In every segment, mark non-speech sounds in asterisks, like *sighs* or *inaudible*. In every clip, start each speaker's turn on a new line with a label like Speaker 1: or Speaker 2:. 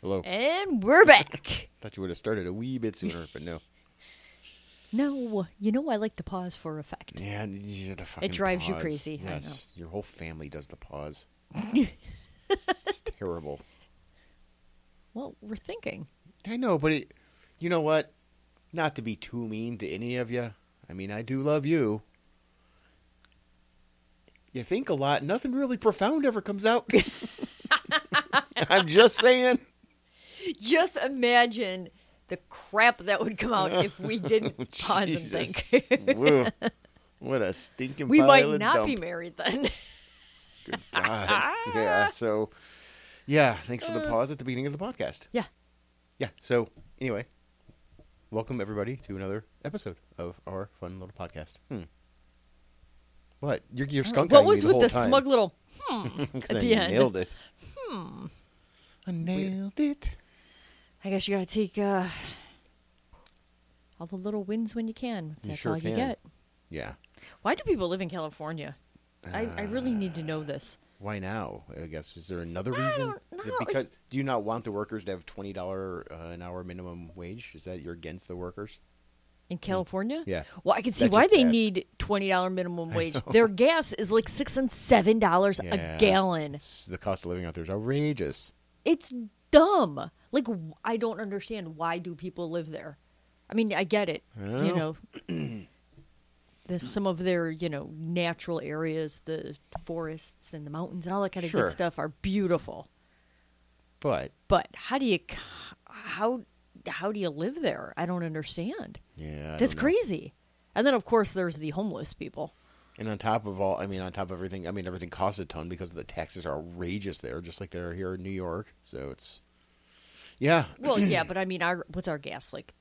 Speaker 1: Hello.
Speaker 2: And we're back.
Speaker 1: Thought you would have started a wee bit sooner, but no.
Speaker 2: No, you know I like to pause for effect.
Speaker 1: *laughs* Yeah, you the fucking
Speaker 2: drives you
Speaker 1: pause.
Speaker 2: crazy, I
Speaker 1: Yes, your whole family does the
Speaker 2: *laughs*
Speaker 1: pause. it's terrible.
Speaker 2: Well, we're thinking.
Speaker 1: I know, but it, you know what? Not to be too mean to any of you. I mean, I do love you. You think a lot. Nothing really profound ever comes
Speaker 2: *laughs*
Speaker 1: out. I'm just saying.
Speaker 2: Just imagine the crap that would come out if
Speaker 1: *laughs*
Speaker 2: we didn't pause and think.
Speaker 1: Jesus. Woo. What a stinking
Speaker 2: *laughs* We
Speaker 1: pile
Speaker 2: might
Speaker 1: of
Speaker 2: not
Speaker 1: dump.
Speaker 2: be married then.
Speaker 1: Good God.
Speaker 2: *laughs*
Speaker 1: yeah. So, yeah. Thanks for the pause at the beginning of the podcast.
Speaker 2: yeah.
Speaker 1: Yeah. So, anyway, welcome everybody to another episode of our fun little podcast. Hmm. What? You're, you're
Speaker 2: *laughs*
Speaker 1: skunk
Speaker 2: what was
Speaker 1: me the
Speaker 2: with
Speaker 1: whole
Speaker 2: the
Speaker 1: time.
Speaker 2: smug little?
Speaker 1: *laughs*
Speaker 2: hmm.
Speaker 1: 'Cause
Speaker 2: at
Speaker 1: I
Speaker 2: the end?
Speaker 1: Nailed it. Hmm. I nailed it.
Speaker 2: I guess you gotta take uh, all the little wins when you can.
Speaker 1: You
Speaker 2: That's
Speaker 1: sure
Speaker 2: all you
Speaker 1: can.
Speaker 2: get.
Speaker 1: Yeah.
Speaker 2: Why do people live in California? I, I really need to know this.
Speaker 1: Why now? I guess is there another reason?
Speaker 2: don't
Speaker 1: Is it
Speaker 2: know.
Speaker 1: because do you not want the workers to have twenty dollar uh, an hour minimum wage? Is that you're against the workers?
Speaker 2: In California?
Speaker 1: Yeah.
Speaker 2: Well, I can see
Speaker 1: That's
Speaker 2: why
Speaker 1: just
Speaker 2: they
Speaker 1: gas.
Speaker 2: need twenty
Speaker 1: *laughs*
Speaker 2: dollar minimum wage. Their gas is like six and seven dollars
Speaker 1: Yeah.
Speaker 2: a gallon.
Speaker 1: It's- the cost of living out there is outrageous.
Speaker 2: It's dumb. Like w- I don't understand why do people live there. I mean, I get it. You know,
Speaker 1: *clears throat*
Speaker 2: the, some of their you know natural areas, the forests and the mountains and all that kind of
Speaker 1: Sure.
Speaker 2: good stuff are beautiful.
Speaker 1: But
Speaker 2: But how do you c- how how do you live there? I don't understand.
Speaker 1: yeah, I
Speaker 2: That's
Speaker 1: don't know.
Speaker 2: crazy. And then of course there's the homeless people.
Speaker 1: And on top of all, I mean, on top of everything, I mean, everything costs a ton because the taxes are outrageous there, just like they're here in New York. So it's, yeah, *clears throat*
Speaker 2: Well, yeah, but I mean, our what's our gas like?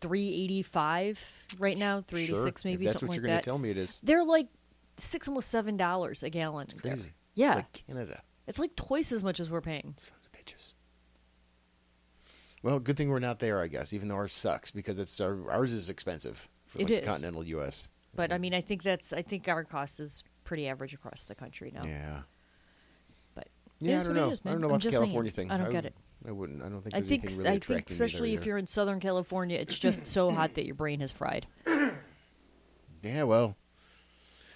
Speaker 2: Three eighty five right now, three eighty
Speaker 1: sure.
Speaker 2: six
Speaker 1: If
Speaker 2: maybe
Speaker 1: that's
Speaker 2: something
Speaker 1: what
Speaker 2: like
Speaker 1: you're
Speaker 2: that.
Speaker 1: to tell me. It is
Speaker 2: They're like six almost seven dollars a gallon. there.
Speaker 1: crazy.
Speaker 2: Yeah,
Speaker 1: it's like Canada.
Speaker 2: twice as much as we're paying.
Speaker 1: Sons of bitches. Well, good thing we're not there, I guess. Even though ours sucks because it's our, ours is expensive for like
Speaker 2: It
Speaker 1: the
Speaker 2: is.
Speaker 1: continental U.S.
Speaker 2: But I mean, I think that's I think our cost is pretty average across the country now.
Speaker 1: Yeah.
Speaker 2: But it
Speaker 1: Yeah, I
Speaker 2: is
Speaker 1: don't
Speaker 2: what
Speaker 1: know.
Speaker 2: It is,
Speaker 1: I
Speaker 2: man.
Speaker 1: don't know
Speaker 2: I'm
Speaker 1: about the
Speaker 2: just saying.
Speaker 1: California thing.
Speaker 2: I don't get
Speaker 1: w-
Speaker 2: it.
Speaker 1: I wouldn't. I don't think.
Speaker 2: I
Speaker 1: There's
Speaker 2: think
Speaker 1: anything
Speaker 2: s-
Speaker 1: really
Speaker 2: I think
Speaker 1: attracting me there
Speaker 2: especially if
Speaker 1: either.
Speaker 2: you're in Southern California, it's
Speaker 1: *laughs*
Speaker 2: just so hot that your brain is fried.
Speaker 1: Yeah, well,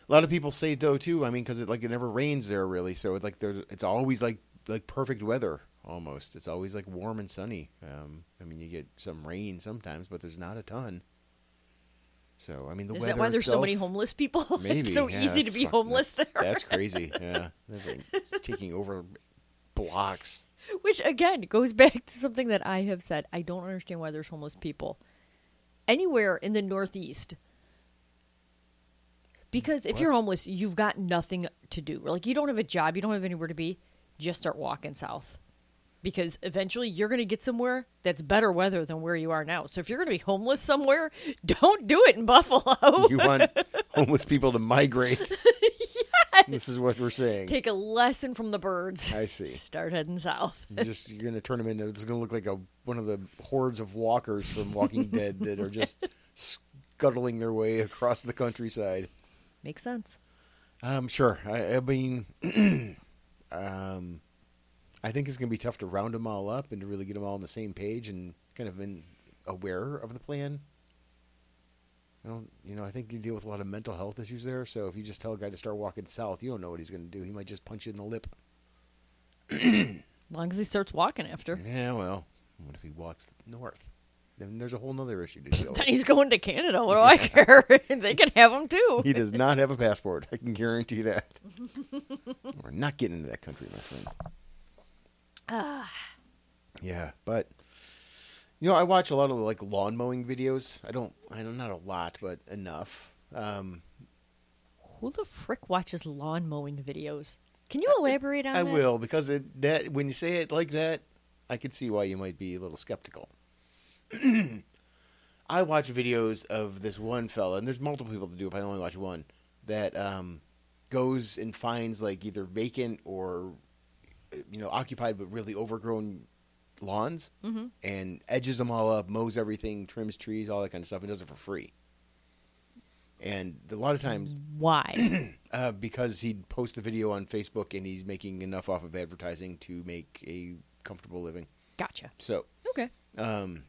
Speaker 1: a lot of people say though too. I mean, because it like it never rains there really, so it, like there's it's always like like perfect weather almost. It's always like warm and sunny. Um, I mean, you get some rain sometimes, but there's not a ton. So I mean, the
Speaker 2: Is
Speaker 1: weather
Speaker 2: that why there's so many
Speaker 1: itself-
Speaker 2: homeless people? *laughs* It's
Speaker 1: Maybe
Speaker 2: so
Speaker 1: yeah,
Speaker 2: easy to
Speaker 1: that's
Speaker 2: be
Speaker 1: fuck-
Speaker 2: homeless
Speaker 1: that's-
Speaker 2: there.
Speaker 1: That's crazy. Yeah, That's
Speaker 2: *laughs*
Speaker 1: like taking over blocks.
Speaker 2: Which again goes *laughs* back to something that I have said. I don't understand why there's homeless people anywhere in the Northeast. Because if you're homeless, you've got nothing to do. Like you don't have a job, you don't have anywhere to be. Just start walking south. Because eventually you're going to get somewhere that's better weather than where you are now. So if you're going to be homeless somewhere, *laughs* don't do it in Buffalo. *laughs*
Speaker 1: *laughs* You want homeless people to migrate. This is what we're saying.
Speaker 2: Take a lesson from the birds.
Speaker 1: I see.
Speaker 2: *laughs* Start heading south.
Speaker 1: You're just you're gonna turn them into. It's gonna look like a one of the hordes of walkers from Walking Dead that are just scuttling their way across the countryside.
Speaker 2: Makes sense.
Speaker 1: Um, sure. I, I mean, *clears throat* um, I think it's gonna be tough to round them all up and to really get them all on the same page and kind of in aware of the plan. I don't, you know, I think you deal with a lot of mental health issues there. So if you just tell a guy to start walking south, you don't know what he's gonna do. He might just punch you in the lip.
Speaker 2: As long as he starts walking after.
Speaker 1: Yeah, well, what if he walks north? Then there's a whole nother issue to
Speaker 2: *laughs*
Speaker 1: deal
Speaker 2: Then
Speaker 1: with.
Speaker 2: he's going to Canada. What do I care? *laughs* they can have him too.
Speaker 1: He does not have a passport. I can guarantee that. We're not getting into that country, my friend. Yeah, but you know, I watch a lot of like lawn mowing videos. I don't, I don't, not a lot, but enough. Um,
Speaker 2: Who the frick watches lawn mowing videos? Can you elaborate on
Speaker 1: I
Speaker 2: that?
Speaker 1: will because it that when you say it like that, I could see why you might be a little skeptical. *clears throat* I watch videos of this one fella, and there's multiple people to do it, but I only watch one that um, goes and finds like either vacant or you know occupied but really overgrown lawns
Speaker 2: Mm-hmm.
Speaker 1: and edges them all up, mows everything, trims trees, all that kind of stuff, and does it for free. And a lot of times, *clears throat*
Speaker 2: Why?
Speaker 1: uh, because he'd post the video on Facebook and he's making enough off of advertising to make a comfortable living.
Speaker 2: Gotcha.
Speaker 1: So,
Speaker 2: Okay.
Speaker 1: um,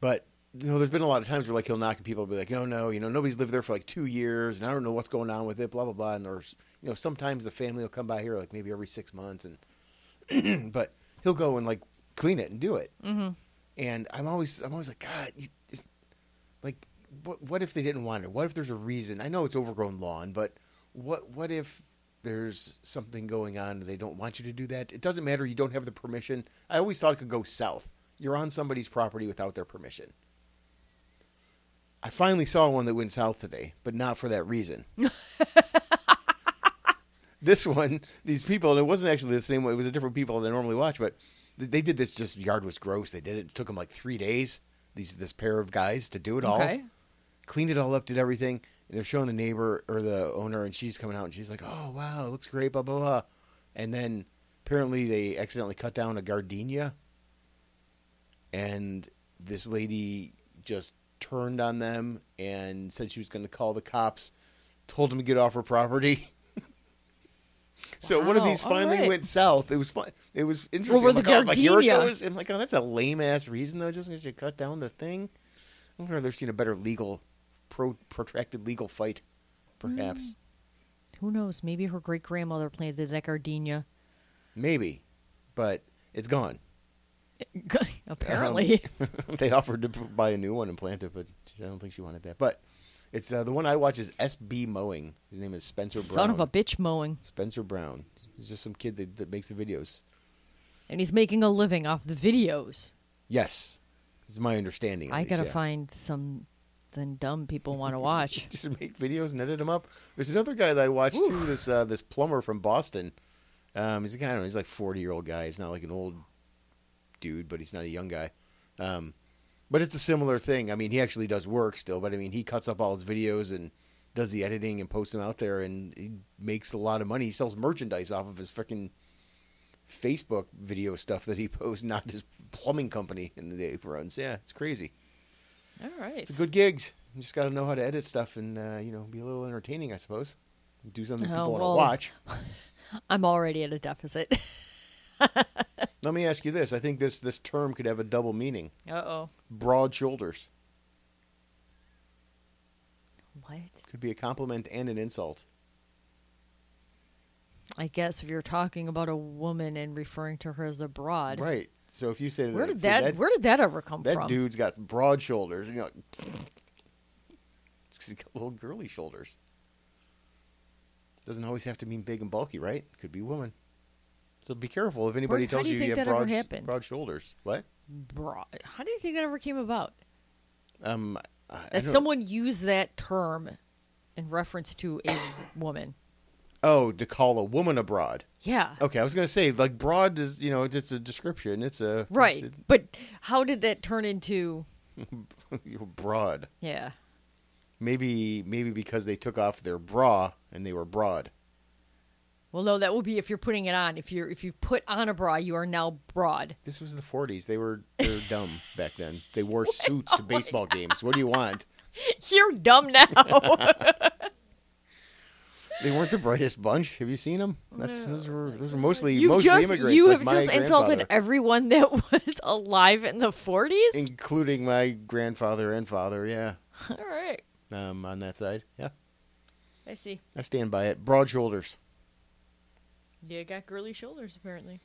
Speaker 1: but you know, there's been a lot of times where like he'll knock and people will be like, "Oh no, you know, nobody's lived there for like two years, and I don't know what's going on with it." Blah blah blah. And there's you know, sometimes the family will come by here like maybe every six months, and *clears throat* but he'll go and like clean it and do it. Mm-hmm. And I'm always I'm always like, God, you, it's, like what what if they didn't want it? What if there's a reason? I know it's overgrown lawn, but what what if there's something going on and they don't want you to do that? It doesn't matter. You don't have the permission. I always thought it could go south. You're on somebody's property without their permission. I finally saw one that went south today, but not for that reason. this one, these people, and it wasn't actually the same one. It was a different people than I normally watch, but th- they did this. Just yard was gross. They did it. It took them like three days. These this pair of guys to do it all
Speaker 2: Okay.
Speaker 1: cleaned it all up, did everything. And they're showing the neighbor or the owner, and she's coming out and she's like, "Oh wow, it looks great, blah blah blah." And then apparently they accidentally cut down a gardenia, and this lady just turned on them and said she was going to call the cops. Told them to get off her property. *laughs* so one of
Speaker 2: Wow,
Speaker 1: these
Speaker 2: all
Speaker 1: finally
Speaker 2: right.
Speaker 1: went south. It was fun. It was interesting.
Speaker 2: Over
Speaker 1: I'm
Speaker 2: the
Speaker 1: like, oh, like, here it
Speaker 2: gardenia.
Speaker 1: goes. I'm like, oh, that's a lame ass reason though, just because you cut down the thing. I've rather seen a better legal, pro- protracted legal fight,
Speaker 2: Mm.
Speaker 1: perhaps.
Speaker 2: Who knows? Maybe her great grandmother planted that gardenia.
Speaker 1: Maybe, but it's gone.
Speaker 2: *laughs*
Speaker 1: *laughs*
Speaker 2: Apparently.
Speaker 1: they offered to p- buy a new one and plant it, but I don't think she wanted that. But it's uh, the one I watch is SB Mowing. His name is Spencer Brown.
Speaker 2: *laughs* Son of a bitch mowing.
Speaker 1: Spencer Brown. He's just some kid that, that makes the videos.
Speaker 2: And he's making a living off the videos.
Speaker 1: Yes, this is my understanding. at
Speaker 2: I
Speaker 1: least,
Speaker 2: gotta
Speaker 1: yeah.
Speaker 2: find something dumb people want to watch.
Speaker 1: *laughs* just make videos and edit them up. There's another guy that I watched too. This uh, this plumber from Boston. Um, he's a guy. I don't know. He's like 40 year old guy. He's not like an old dude, but he's not a young guy. Um, but it's a similar thing. I mean, he actually does work still, but I mean, he cuts up all his videos and does the editing and posts them out there, and he makes a lot of money. He sells merchandise off of his freaking Facebook video stuff that he posts, not his plumbing company and the aprons. Yeah, it's crazy.
Speaker 2: *laughs* All right.
Speaker 1: It's a good gigs. You just got to know how to edit stuff and uh, you know be a little entertaining, I suppose. Do something
Speaker 2: Oh,
Speaker 1: people want to
Speaker 2: well.
Speaker 1: watch.
Speaker 2: I'm already at a deficit. *laughs*
Speaker 1: Let me ask you this: I think this this term could have a double meaning.
Speaker 2: uh oh.
Speaker 1: Broad shoulders
Speaker 2: What?
Speaker 1: could be a compliment and an insult.
Speaker 2: I guess if you're talking about a woman and referring to her as a broad,
Speaker 1: Right. So if you say
Speaker 2: where
Speaker 1: that,
Speaker 2: did
Speaker 1: say
Speaker 2: that,
Speaker 1: that,
Speaker 2: where did that ever come
Speaker 1: that
Speaker 2: from?
Speaker 1: dude's got broad shoulders, you know, *laughs* he's got little girly shoulders. Doesn't always have to mean big and bulky, right? Could be woman. So be careful if anybody
Speaker 2: how
Speaker 1: tells
Speaker 2: do you
Speaker 1: you
Speaker 2: think
Speaker 1: you have
Speaker 2: that ever
Speaker 1: broad, sh-
Speaker 2: happened?
Speaker 1: broad shoulders. What?
Speaker 2: Broad. How do you think that ever came about?
Speaker 1: Um, I- I
Speaker 2: That
Speaker 1: don't-
Speaker 2: someone used that term in reference to a woman.
Speaker 1: Oh, to call a woman abroad.
Speaker 2: Yeah.
Speaker 1: Okay, I was gonna say like broad is you know it's, it's a description. It's a
Speaker 2: Right.
Speaker 1: it's
Speaker 2: But how did that turn into
Speaker 1: a- you know, broad.
Speaker 2: Yeah.
Speaker 1: Maybe maybe because they took off their bra and they were broad.
Speaker 2: Well no, that would be if you're putting it on. If you're if you've put on a bra, you are now broad. *laughs*
Speaker 1: This was the '40s. They were they were dumb back then. They wore suits
Speaker 2: oh
Speaker 1: to baseball games. What do you want?
Speaker 2: You're dumb
Speaker 1: *laughs*
Speaker 2: now.
Speaker 1: They weren't the brightest bunch. Have you seen them? That's those were those were mostly
Speaker 2: *laughs* You've
Speaker 1: mostly
Speaker 2: just
Speaker 1: immigrants.
Speaker 2: you
Speaker 1: like
Speaker 2: have
Speaker 1: my
Speaker 2: just insulted
Speaker 1: grandfather,
Speaker 2: everyone that *laughs* was alive in the forties.
Speaker 1: including my grandfather and father. Yeah,
Speaker 2: All right.
Speaker 1: um, on that side. Yeah,
Speaker 2: I see.
Speaker 1: I stand by it. Broad shoulders.
Speaker 2: You got girly shoulders apparently.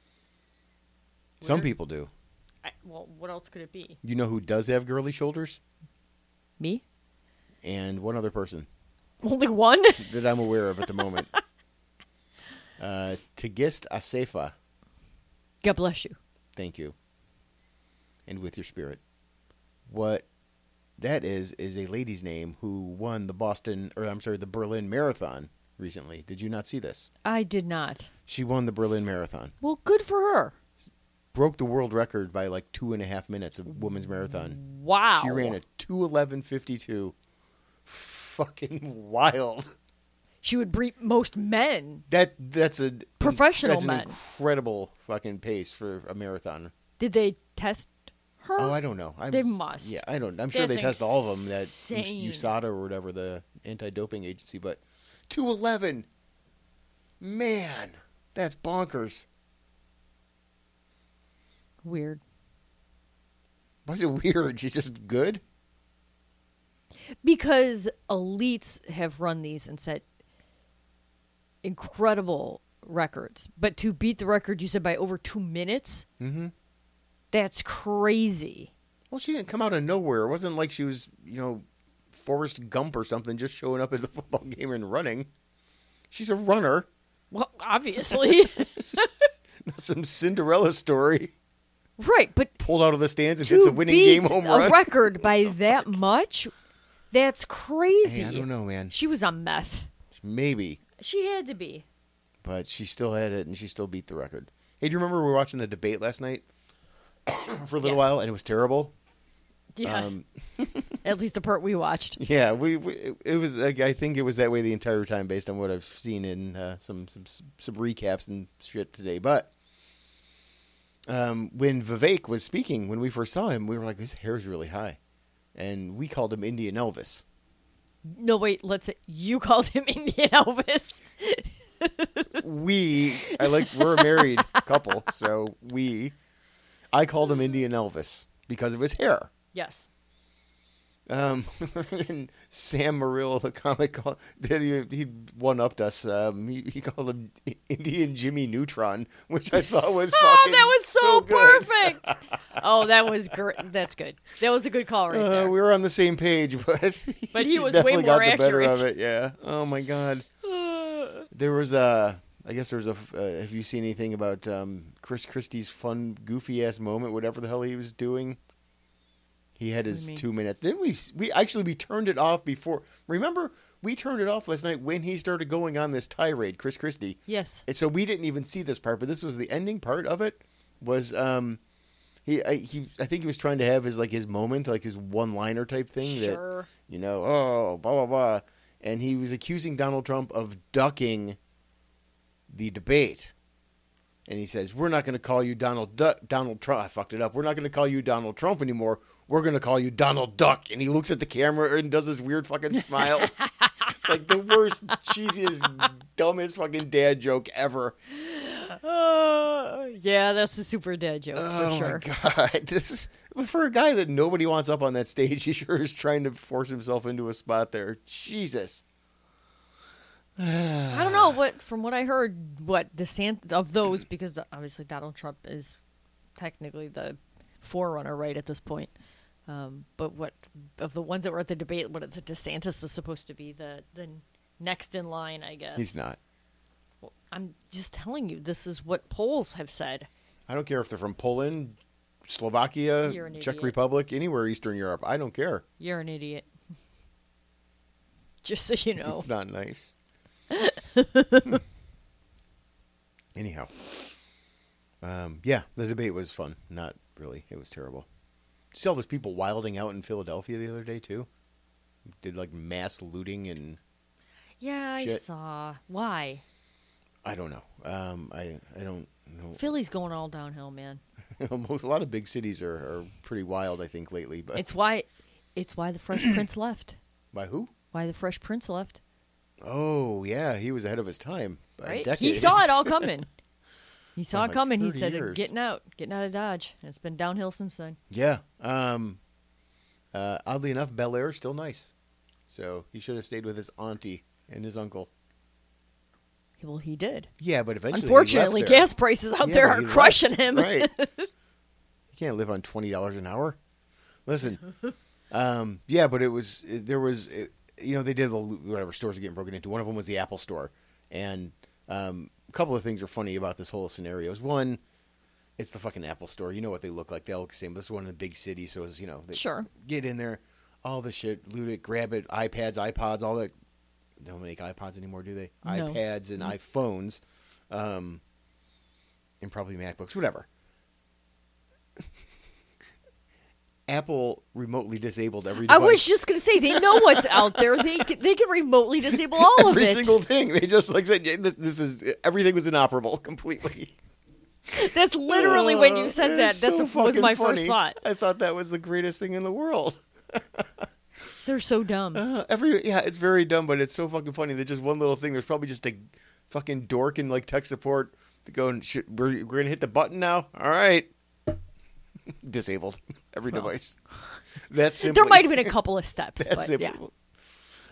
Speaker 1: Some
Speaker 2: Weird.
Speaker 1: people do.
Speaker 2: I, well, what else could it be?
Speaker 1: You know who does have girly shoulders?
Speaker 2: Me?
Speaker 1: And one other person.
Speaker 2: Only one? *laughs*
Speaker 1: that I'm aware of at the moment. uh, Tagist Asefa,
Speaker 2: God bless you.
Speaker 1: thank you, and with your spirit. What that is is a lady's name who won the Boston, or I'm sorry, the Berlin Marathon recently. Did you not see this?
Speaker 2: I did not.
Speaker 1: She won the Berlin Marathon,
Speaker 2: Well, good for her.
Speaker 1: broke the world record by like two and a half minutes of women's marathon.
Speaker 2: Wow.
Speaker 1: She ran a two eleven fifty two. Fucking wild.
Speaker 2: She would beat most men.
Speaker 1: That that's a
Speaker 2: Professional
Speaker 1: That's
Speaker 2: men.
Speaker 1: an incredible fucking pace for a marathon.
Speaker 2: Did they test her?
Speaker 1: Oh, I don't know. I'm,
Speaker 2: They must.
Speaker 1: Yeah, I don't. I'm sure
Speaker 2: That's
Speaker 1: they test all of them. That US-
Speaker 2: insane.
Speaker 1: USADA or whatever the anti-doping agency, but 211, man, that's bonkers.
Speaker 2: Weird.
Speaker 1: Why is it weird? She's just good.
Speaker 2: Because elites have run these and set incredible records. But to beat the record you said by over two minutes,
Speaker 1: Mhm.
Speaker 2: that's crazy.
Speaker 1: Well, she didn't come out of nowhere. It wasn't like she was, you know, Forrest Gump or something, just showing up at the *laughs* football game and running. She's a runner, *laughs*
Speaker 2: Well, obviously.
Speaker 1: not some Cinderella story.
Speaker 2: *laughs* right, but
Speaker 1: Pulled out of the stands and
Speaker 2: to
Speaker 1: hits the winning game
Speaker 2: beat
Speaker 1: home
Speaker 2: a
Speaker 1: run.
Speaker 2: record by that much, that's crazy.
Speaker 1: Hey, I don't know, man.
Speaker 2: She was on meth.
Speaker 1: Maybe,
Speaker 2: She had to be.
Speaker 1: but she still had it, and she still beat the record. Hey, do you remember we were watching the debate last night *coughs* for a little
Speaker 2: Yes.
Speaker 1: while, and it was
Speaker 2: *laughs*
Speaker 1: terrible.
Speaker 2: Yeah.
Speaker 1: Um,
Speaker 2: *laughs* At least the part we watched.
Speaker 1: Yeah, we, we it was. like, I think it was that way the entire time, based on what I've seen in uh, some some some recaps and shit today. But um, when Vivek was speaking, when we first saw him, we were like, his hair's really high, and we called him Indian Elvis.
Speaker 2: No, wait, let's say you called him *laughs* Indian Elvis.
Speaker 1: We, I like, we're a married couple, so we, I called him Indian Elvis because of his hair.
Speaker 2: Yes.
Speaker 1: Um, *laughs* and Sam Morrill, the comic, called, did he, he one upped us. Um, he, he called him I- Indian Jimmy Neutron, which I thought was
Speaker 2: *laughs* Oh,
Speaker 1: fucking
Speaker 2: that was so,
Speaker 1: good.
Speaker 2: perfect.
Speaker 1: *laughs*
Speaker 2: oh, that was great. That's good. That was a good call right
Speaker 1: Uh,
Speaker 2: there.
Speaker 1: we were on the same page, *laughs* but
Speaker 2: But he was way
Speaker 1: definitely
Speaker 2: more
Speaker 1: got the better of
Speaker 2: accurate.
Speaker 1: it. Yeah. Oh my
Speaker 2: *sighs*
Speaker 1: god. There was a. I guess there was a. f- Uh, have you seen anything about um, Chris Christie's fun, goofy ass moment, whatever the hell he was doing? He had
Speaker 2: do you
Speaker 1: his
Speaker 2: mean?
Speaker 1: two minutes. Didn't we? s- We actually we turned it off before. Remember, we turned it off last night when he started going on this tirade, Chris Christie.
Speaker 2: yes.
Speaker 1: And so we didn't even see this part, but this was the ending part of it. Was um, he? I, he. I think he was trying to have his like his moment, like his one liner type thing. That
Speaker 2: Sure.
Speaker 1: you know, oh, blah, blah, blah. And he was accusing Donald Trump of ducking the debate. And he says, We're not going to call you Donald Duck, Donald Trump. I fucked it up. We're not going to call you Donald Trump anymore. We're going to call you Donald Duck. And he looks at the camera and does this weird fucking
Speaker 2: *laughs*
Speaker 1: smile. like the worst, cheesiest, dumbest fucking dad joke ever.
Speaker 2: Uh, yeah, that's a super dad joke for
Speaker 1: oh
Speaker 2: sure.
Speaker 1: my god! *laughs* This is for a guy that nobody wants up on that stage. *laughs* He sure is trying to force himself into a spot there. Jesus.
Speaker 2: I don't know what from what I heard what the Sant of those because the- obviously Donald Trump is technically the forerunner right at this point. Um, but what of the ones that were at the debate? What is it? DeSantis is supposed to be the the next in line, I guess.
Speaker 1: He's not.
Speaker 2: Well, I'm just telling you, this is what polls have said.
Speaker 1: I don't care if they're from Poland, Slovakia,
Speaker 2: You're an
Speaker 1: Czech
Speaker 2: idiot.
Speaker 1: Republic, anywhere Eastern Europe. I don't care.
Speaker 2: You're an idiot. *laughs* just so you know,
Speaker 1: It's not
Speaker 2: *laughs*
Speaker 1: nice. Anyhow, um, yeah, the debate was fun. Not really. It was terrible. See all those people wilding out in Philadelphia the other day too. Did like mass looting and
Speaker 2: yeah, I
Speaker 1: Shit.
Speaker 2: saw why
Speaker 1: I don't know. Um, I I don't know. *laughs*
Speaker 2: Philly's going all downhill, man.
Speaker 1: Most a lot of big cities are, are pretty wild. I think lately, but
Speaker 2: It's why, it's why the Fresh Prince left.
Speaker 1: by who?
Speaker 2: Why the Fresh Prince left.
Speaker 1: Oh yeah, he was ahead of his time. by
Speaker 2: right? He
Speaker 1: decades.
Speaker 2: saw
Speaker 1: *laughs*
Speaker 2: it all coming. He saw
Speaker 1: By
Speaker 2: it
Speaker 1: like
Speaker 2: coming. He
Speaker 1: 30
Speaker 2: said,
Speaker 1: years.
Speaker 2: "Getting out, getting out of Dodge." And it's been downhill since then.
Speaker 1: Yeah. Um, uh, oddly enough, Bel Air still nice. So he should have stayed with his auntie and his uncle.
Speaker 2: Well, he did.
Speaker 1: Yeah, but eventually, he left
Speaker 2: Unfortunately,
Speaker 1: there.
Speaker 2: gas prices out
Speaker 1: Yeah,
Speaker 2: there
Speaker 1: but
Speaker 2: are
Speaker 1: he
Speaker 2: crushing
Speaker 1: left.
Speaker 2: him. *laughs*
Speaker 1: Right. you can't live on twenty dollars an hour. Listen. Um, yeah, but it was it- there was it, you know they did the whatever stores are getting broken into. One of them was the Apple store, and um, a couple of things are funny about this whole scenario. Is one. It's the fucking Apple store. You know what they look like. They all look the same. This is one in the big city, so it's you know they
Speaker 2: Sure.
Speaker 1: get in there, all the shit, loot it, grab it, iPads, iPods, all that. They don't make iPods anymore, do they?
Speaker 2: No.
Speaker 1: iPads and iPhones, um, and probably MacBooks, whatever. Apple remotely disabled every.
Speaker 2: I
Speaker 1: Device.
Speaker 2: was just gonna say they know what's out there. They c- they can remotely disable all of
Speaker 1: every
Speaker 2: it.
Speaker 1: single thing. They just like said, yeah, this, this is everything was inoperable *laughs* completely.
Speaker 2: That's literally when
Speaker 1: Uh,
Speaker 2: you said that.
Speaker 1: it's
Speaker 2: That's
Speaker 1: so
Speaker 2: was
Speaker 1: fucking
Speaker 2: my
Speaker 1: funny.
Speaker 2: first thought.
Speaker 1: I thought that was the greatest thing in the world.
Speaker 2: They're so dumb.
Speaker 1: Uh, every yeah, it's very dumb, but it's so fucking funny that just one little thing. There's probably just a fucking dork in like tech support going. Should, we're we're gonna hit the button now. All right, *laughs* disabled every device. That's simply
Speaker 2: There might have been
Speaker 1: *laughs*
Speaker 2: a couple of steps,
Speaker 1: that's
Speaker 2: but yeah.
Speaker 1: simple.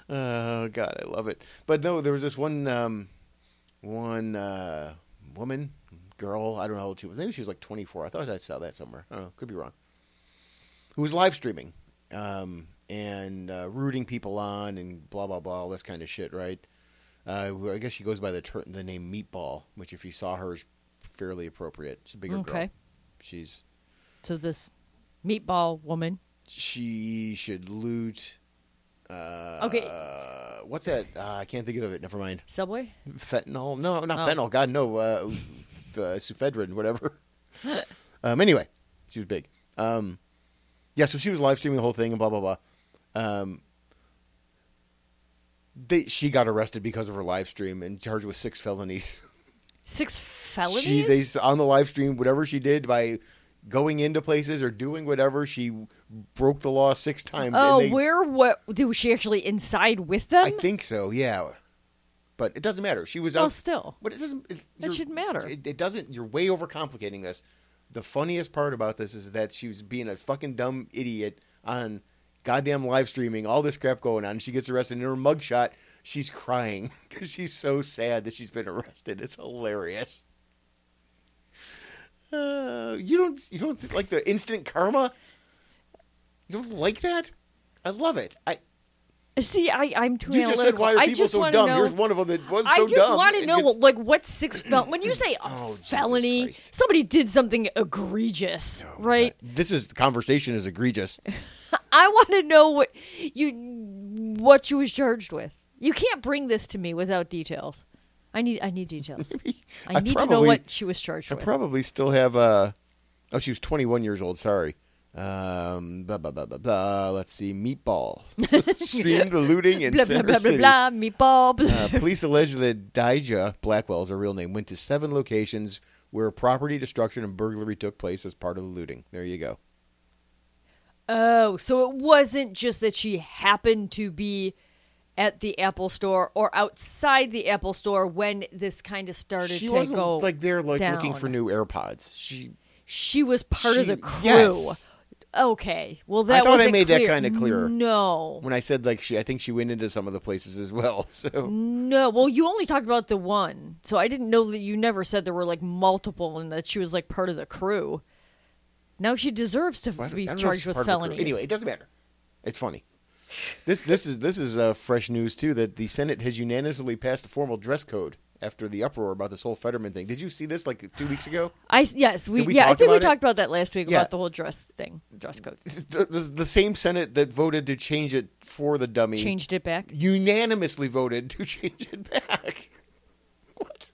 Speaker 1: Oh God, I love it. But no, there was this one, um, one uh, woman, girl. I don't know how old she was. Maybe she was like 24. I thought I saw that somewhere. I don't know. Could be wrong. Who was live streaming um, and uh, rooting people on and blah blah blah all this kind of shit, right? Uh, well, I guess she goes by the ter- the name Meatball, which if you saw her, is fairly appropriate. She's a bigger girl.
Speaker 2: Okay.
Speaker 1: She's
Speaker 2: So this meatball woman.
Speaker 1: she should loot.
Speaker 2: Okay,
Speaker 1: Uh, what's that? Uh, I can't think of it. Never mind.
Speaker 2: Subway.
Speaker 1: fentanyl. No,
Speaker 2: Oh.
Speaker 1: not fentanyl. God, no. Uh, uh, Sufedrin, whatever.
Speaker 2: *laughs*
Speaker 1: um, anyway, she was big. Um, yeah, so she was live streaming the whole thing and blah blah blah. Um, they, she got arrested because of her live stream and charged with six felonies. *laughs*
Speaker 2: Six felonies.
Speaker 1: She they s- on the live stream whatever she did by going into places or doing whatever she broke the law six times.
Speaker 2: oh,
Speaker 1: and they,
Speaker 2: where? What? Do she actually inside with them?
Speaker 1: I think so. Yeah, but it doesn't matter. She was
Speaker 2: Well,
Speaker 1: out.
Speaker 2: still.
Speaker 1: but it doesn't. It,
Speaker 2: That
Speaker 1: you're-
Speaker 2: shouldn't matter.
Speaker 1: It, it doesn't. You're way overcomplicating this. The funniest part about this is that she was being a fucking dumb idiot on goddamn live streaming. All this crap going on. She gets arrested. In her mugshot, she's crying *laughs* because she's so sad that she's been arrested. It's hilarious. Uh, you don't. You don't like the instant karma. You don't like that. I love it. I.
Speaker 2: See, I, I'm too
Speaker 1: You just said
Speaker 2: analytical.
Speaker 1: why are
Speaker 2: I
Speaker 1: people
Speaker 2: just
Speaker 1: so
Speaker 2: wanna
Speaker 1: dumb?
Speaker 2: Know,
Speaker 1: Here's one of them that was
Speaker 2: I
Speaker 1: so
Speaker 2: just
Speaker 1: dumb.
Speaker 2: want to
Speaker 1: It
Speaker 2: know
Speaker 1: gets- Oh,
Speaker 2: like
Speaker 1: *clears throat*
Speaker 2: what six fel- when you say a
Speaker 1: Jesus
Speaker 2: felony,
Speaker 1: Christ.
Speaker 2: somebody did something egregious, right?
Speaker 1: *laughs* This is the conversation is egregious.
Speaker 2: I want to know what you what she was charged with. You can't bring this to me without details. I need I
Speaker 1: *laughs*
Speaker 2: need details. I,
Speaker 1: I
Speaker 2: need to know
Speaker 1: probably-
Speaker 2: what she was charged
Speaker 1: I
Speaker 2: with.
Speaker 1: probably still have uh oh she was 21 years old, sorry. Um blah blah blah blah blah. Let's see
Speaker 2: *laughs*
Speaker 1: meatball. Streamed looting in
Speaker 2: blah blah
Speaker 1: Center
Speaker 2: blah blah
Speaker 1: City.
Speaker 2: blah. Meatball. Blah.
Speaker 1: Uh, police allege that Dija Blackwell is her real name went to seven locations where property destruction and burglary took place as part of the looting. There you go.
Speaker 2: Oh, so it wasn't just that she happened to be at the Apple store or outside the Apple store when this kind of started
Speaker 1: she
Speaker 2: to
Speaker 1: wasn't
Speaker 2: go
Speaker 1: like there like looking
Speaker 2: down.
Speaker 1: for new AirPods. She
Speaker 2: She was part of
Speaker 1: She-
Speaker 2: the crew.
Speaker 1: yes.
Speaker 2: Okay. Well, that
Speaker 1: thought I
Speaker 2: wasn't
Speaker 1: made that
Speaker 2: clear.
Speaker 1: kinda clearer.
Speaker 2: No.
Speaker 1: when I said like she I think she went into some of the places as well. *laughs* So
Speaker 2: No, well, you only talked about the one, so I didn't know that you never said there were like multiple and that she was like part of the crew. Now she deserves to
Speaker 1: Well, I don't-
Speaker 2: be
Speaker 1: I don't know if
Speaker 2: charged
Speaker 1: she's
Speaker 2: with
Speaker 1: part of a crew.
Speaker 2: felonies.
Speaker 1: Anyway, it doesn't matter. It's funny. This this is this is uh, fresh news too that the Senate has unanimously passed a formal dress code after the uproar about this whole Fetterman thing. Did you see this like two weeks ago? *laughs*
Speaker 2: I yes, we,
Speaker 1: Did we
Speaker 2: yeah, I
Speaker 1: talk
Speaker 2: think we
Speaker 1: about it?
Speaker 2: talked about that last week
Speaker 1: Yeah.
Speaker 2: about the whole dress thing, dress code.
Speaker 1: The, the, the same Senate that voted to change it for the dummy
Speaker 2: Changed it back.
Speaker 1: unanimously voted to *laughs* change it back. what?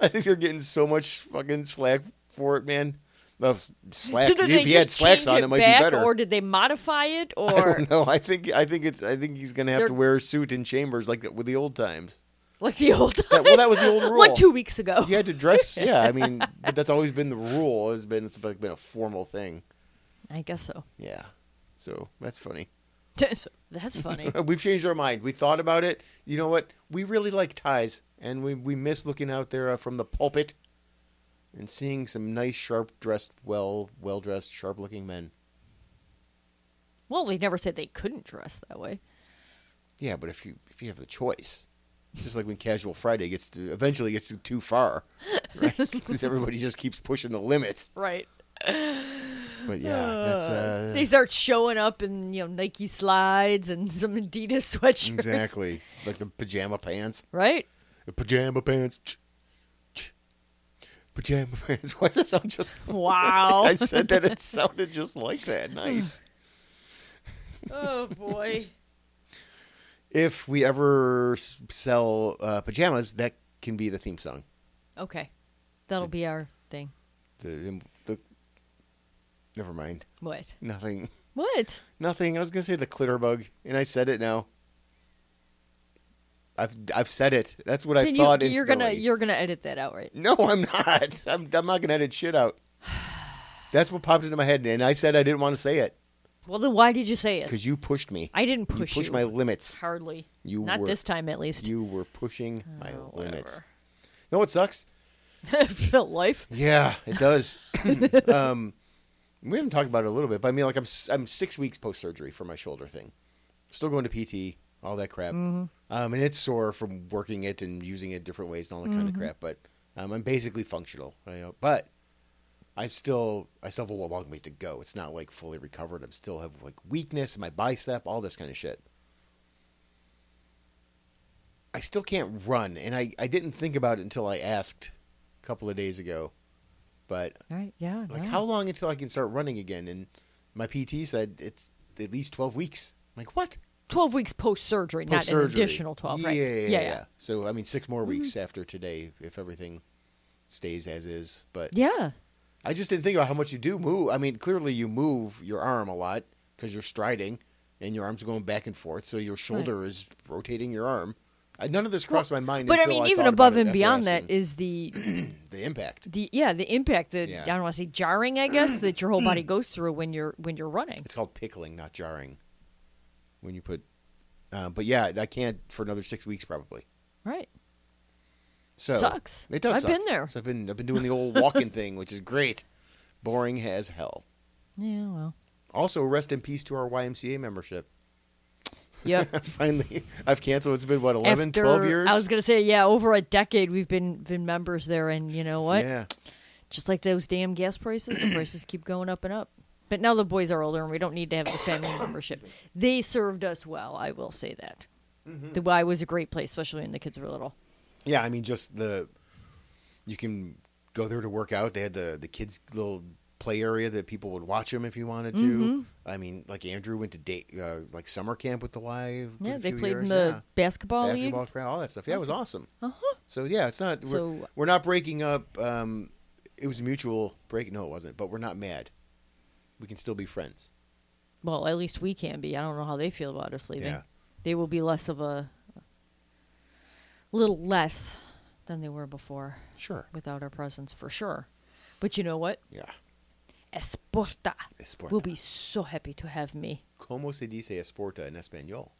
Speaker 1: I think they're getting so much fucking slack for it, man. Uh, slack.
Speaker 2: So did they
Speaker 1: if he had
Speaker 2: just
Speaker 1: slacks
Speaker 2: change
Speaker 1: on,
Speaker 2: it,
Speaker 1: it might
Speaker 2: back,
Speaker 1: be better. *laughs*
Speaker 2: or did they modify it, or
Speaker 1: I don't know. I think I think it's I think he's gonna have
Speaker 2: They're-
Speaker 1: to wear a suit in chambers like with the old times.
Speaker 2: *laughs* like the old?
Speaker 1: That- well, that was the old
Speaker 2: times?
Speaker 1: rule.
Speaker 2: *laughs* like two weeks ago.
Speaker 1: You had to
Speaker 2: *laughs*
Speaker 1: dress. yeah, I mean, but that's always been the rule. It's been it's like been a formal thing.
Speaker 2: I guess so. *laughs*
Speaker 1: Yeah, so that's funny.
Speaker 2: So, That's funny.
Speaker 1: *laughs* We've changed our mind. We thought about it. You know what? We really like ties, and we we miss looking out there uh, from the pulpit and seeing some nice, sharp dressed, well well dressed, sharp looking men.
Speaker 2: well, they never said they couldn't dress that way.
Speaker 1: Yeah, but if you if you have the choice, it's just like when Casual Friday gets to eventually gets to too far, right? Because everybody just keeps pushing the limits.
Speaker 2: Right.
Speaker 1: But yeah, that's
Speaker 2: Oh,
Speaker 1: uh,
Speaker 2: they start showing up in you know Nike slides and *laughs* some Adidas sweatshirts.
Speaker 1: exactly like the pajama pants. *laughs*
Speaker 2: Right.
Speaker 1: The pajama pants. Ch- ch- Pajama *laughs* pants. Why does that sound just?
Speaker 2: Wow.
Speaker 1: I said that it sounded just like that. Nice.
Speaker 2: oh boy.
Speaker 1: If we ever s- sell uh, pajamas, that can be the theme song.
Speaker 2: Okay, that'll be our thing.
Speaker 1: The, the never mind.
Speaker 2: What?
Speaker 1: Nothing.
Speaker 2: What?
Speaker 1: Nothing. I was gonna say the clitter bug, and I said it now. I've I've said it. That's what I
Speaker 2: Then
Speaker 1: thought.
Speaker 2: you, you're gonna
Speaker 1: instantly.
Speaker 2: you're gonna edit that out, right?
Speaker 1: No, I'm not. I'm I'm not gonna edit shit out. That's what popped into my head, and I said I didn't want to say it
Speaker 2: Well, then why did you say it?
Speaker 1: because you pushed me.
Speaker 2: I didn't
Speaker 1: you
Speaker 2: push
Speaker 1: pushed my limits.
Speaker 2: hardly.
Speaker 1: You
Speaker 2: not
Speaker 1: were-
Speaker 2: this time at least.
Speaker 1: You were pushing my
Speaker 2: Oh,
Speaker 1: limits.
Speaker 2: whatever.
Speaker 1: No, it sucks?
Speaker 2: *laughs* Felt life.
Speaker 1: Yeah, it does. um, We haven't talked about it a little bit, but I mean, like I'm s- I'm six weeks post surgery for my shoulder thing. Still going to PT, all that crap. Um, and it's sore from working it and using it different ways and all that kind of crap. But um, I'm basically functional. You know? But I'm still I still have a long ways to go. It's not like fully recovered. I am still have like weakness in my bicep, all this kind of shit. I still can't run, and I, I didn't think about it until I asked a couple of days ago. But
Speaker 2: Right? Yeah.
Speaker 1: like
Speaker 2: no.
Speaker 1: how long until I can start running again? And my PT said it's at least twelve weeks. I'm like what?
Speaker 2: Twelve weeks post surgery, not an
Speaker 1: Post-surgery.
Speaker 2: additional twelve.
Speaker 1: Yeah,
Speaker 2: right? Mm-hmm.
Speaker 1: Yeah yeah, yeah. So I mean, six more weeks after today, if everything stays as is. But
Speaker 2: Yeah.
Speaker 1: I just didn't think about how much you do move. I mean, clearly you move your arm a lot because you're striding and your arms are going back and forth, so your shoulder is rotating your arm. I, none of this crossed my mind.
Speaker 2: But I
Speaker 1: until
Speaker 2: mean,
Speaker 1: I
Speaker 2: even
Speaker 1: thought about
Speaker 2: above
Speaker 1: it
Speaker 2: and
Speaker 1: after
Speaker 2: beyond that
Speaker 1: asking.
Speaker 2: is the
Speaker 1: *clears throat* the impact.
Speaker 2: the yeah the impact that
Speaker 1: Yeah.
Speaker 2: I don't want to say jarring I guess that your whole
Speaker 1: *clears throat*
Speaker 2: body goes through when you're when you're running.
Speaker 1: It's called pickling, not jarring. When you put, uh, but yeah, I can't for another six weeks probably.
Speaker 2: Right.
Speaker 1: So
Speaker 2: Sucks.
Speaker 1: It does.
Speaker 2: I've
Speaker 1: suck.
Speaker 2: been there.
Speaker 1: So I've been I've been doing the old
Speaker 2: *laughs*
Speaker 1: walking thing, which is great. Boring as hell.
Speaker 2: Yeah. Well.
Speaker 1: Also, rest in peace to our YMCA membership. *laughs*
Speaker 2: Yep.
Speaker 1: Finally, I've canceled. It's been what 11,
Speaker 2: After,
Speaker 1: 12 years.
Speaker 2: I was gonna say yeah, over a decade we've been been members there, and you know what?
Speaker 1: Yeah.
Speaker 2: Just like those damn gas prices, the *clears throat* prices keep going up and up. But now the boys are older, and we don't need to have
Speaker 1: *coughs*
Speaker 2: the family membership. They served us well. I will say that.
Speaker 1: Mm-hmm.
Speaker 2: The Y was a great place, especially when the kids were little.
Speaker 1: Yeah, I mean, just the you can go there to work out. They had the the kids little play area that people would watch them if you wanted to.
Speaker 2: Mm-hmm.
Speaker 1: I mean, like Andrew went to date uh, like summer camp with the wife.
Speaker 2: Yeah, they played in the
Speaker 1: basketball
Speaker 2: basketball, league. Uh-huh.
Speaker 1: crowd, all that stuff. Yeah, it was awesome. So yeah, it's not we're,
Speaker 2: So-
Speaker 1: we're not breaking up. Um, it was mutual break. No, it wasn't. But we're not mad. We can still be friends.
Speaker 2: Well, at least we can be. I don't know how they feel about us leaving.
Speaker 1: Yeah.
Speaker 2: They will be less of a little less than they were before
Speaker 1: Sure.
Speaker 2: without our presence for sure. But you know what?
Speaker 1: Yeah.
Speaker 2: Esporta, will
Speaker 1: Esporta.
Speaker 2: be so happy to have me.
Speaker 1: Como se dice esporta in español?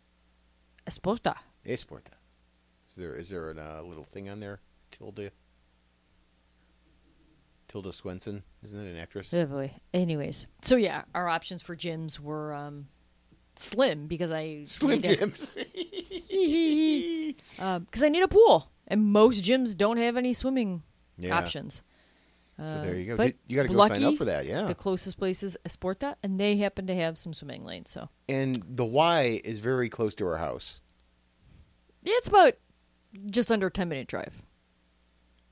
Speaker 2: Esporta.
Speaker 1: Esporta. Is there is there a uh, little thing on there? Tilda. Tilda Swenson, isn't that an actress?
Speaker 2: Oh boy. Anyways, so yeah, our options for gyms were um, slim because I
Speaker 1: Slim
Speaker 2: need a-
Speaker 1: Jims. *laughs*
Speaker 2: *laughs* because Um, I need a pool, and most gyms don't have any swimming
Speaker 1: Yeah.
Speaker 2: options.
Speaker 1: so there you go.
Speaker 2: Uh, but
Speaker 1: Did- you got to go sign up
Speaker 2: lucky
Speaker 1: for that, yeah.
Speaker 2: The closest place is Esporta, and they happen to have some swimming lanes. So
Speaker 1: and the Y is very close to our house.
Speaker 2: yeah, it's about just under a ten minute drive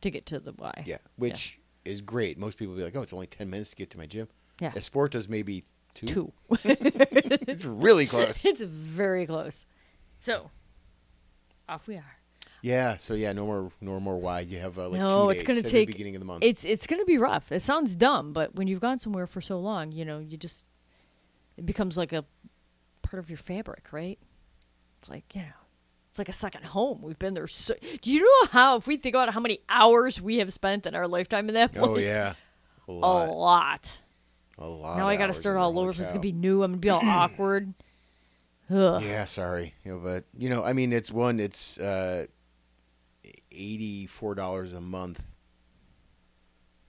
Speaker 2: to get to the Y.
Speaker 1: Yeah, which is great. Most people be like, "Oh, it's only ten minutes to get to my gym."
Speaker 2: Yeah.
Speaker 1: Esporta's maybe two.
Speaker 2: two.
Speaker 1: It's
Speaker 2: *laughs*
Speaker 1: really close.
Speaker 2: it's very close. So off we are.
Speaker 1: yeah. So yeah, no more, no more Y. You have uh, like
Speaker 2: no,
Speaker 1: two
Speaker 2: it's
Speaker 1: days
Speaker 2: going
Speaker 1: at
Speaker 2: to
Speaker 1: the
Speaker 2: take
Speaker 1: beginning of the month.
Speaker 2: It's it's going to be rough. It sounds dumb, but when you've gone somewhere for so long, you know, you just it becomes like a part of your fabric, right? It's like you know, it's like a second home. We've been there. So, do you know how if we think about how many hours we have spent in our lifetime in that place?
Speaker 1: oh yeah, a
Speaker 2: a
Speaker 1: lot.
Speaker 2: lot.
Speaker 1: a lot
Speaker 2: Oh. now I got to
Speaker 1: hours in
Speaker 2: start
Speaker 1: there,
Speaker 2: all
Speaker 1: holy
Speaker 2: over. This is
Speaker 1: cow.
Speaker 2: going to be new. I'm
Speaker 1: *clears throat*
Speaker 2: going to be all awkward. Ugh.
Speaker 1: Yeah, sorry, you know, but you know, I mean, it's one. It's uh, eighty-four dollars a month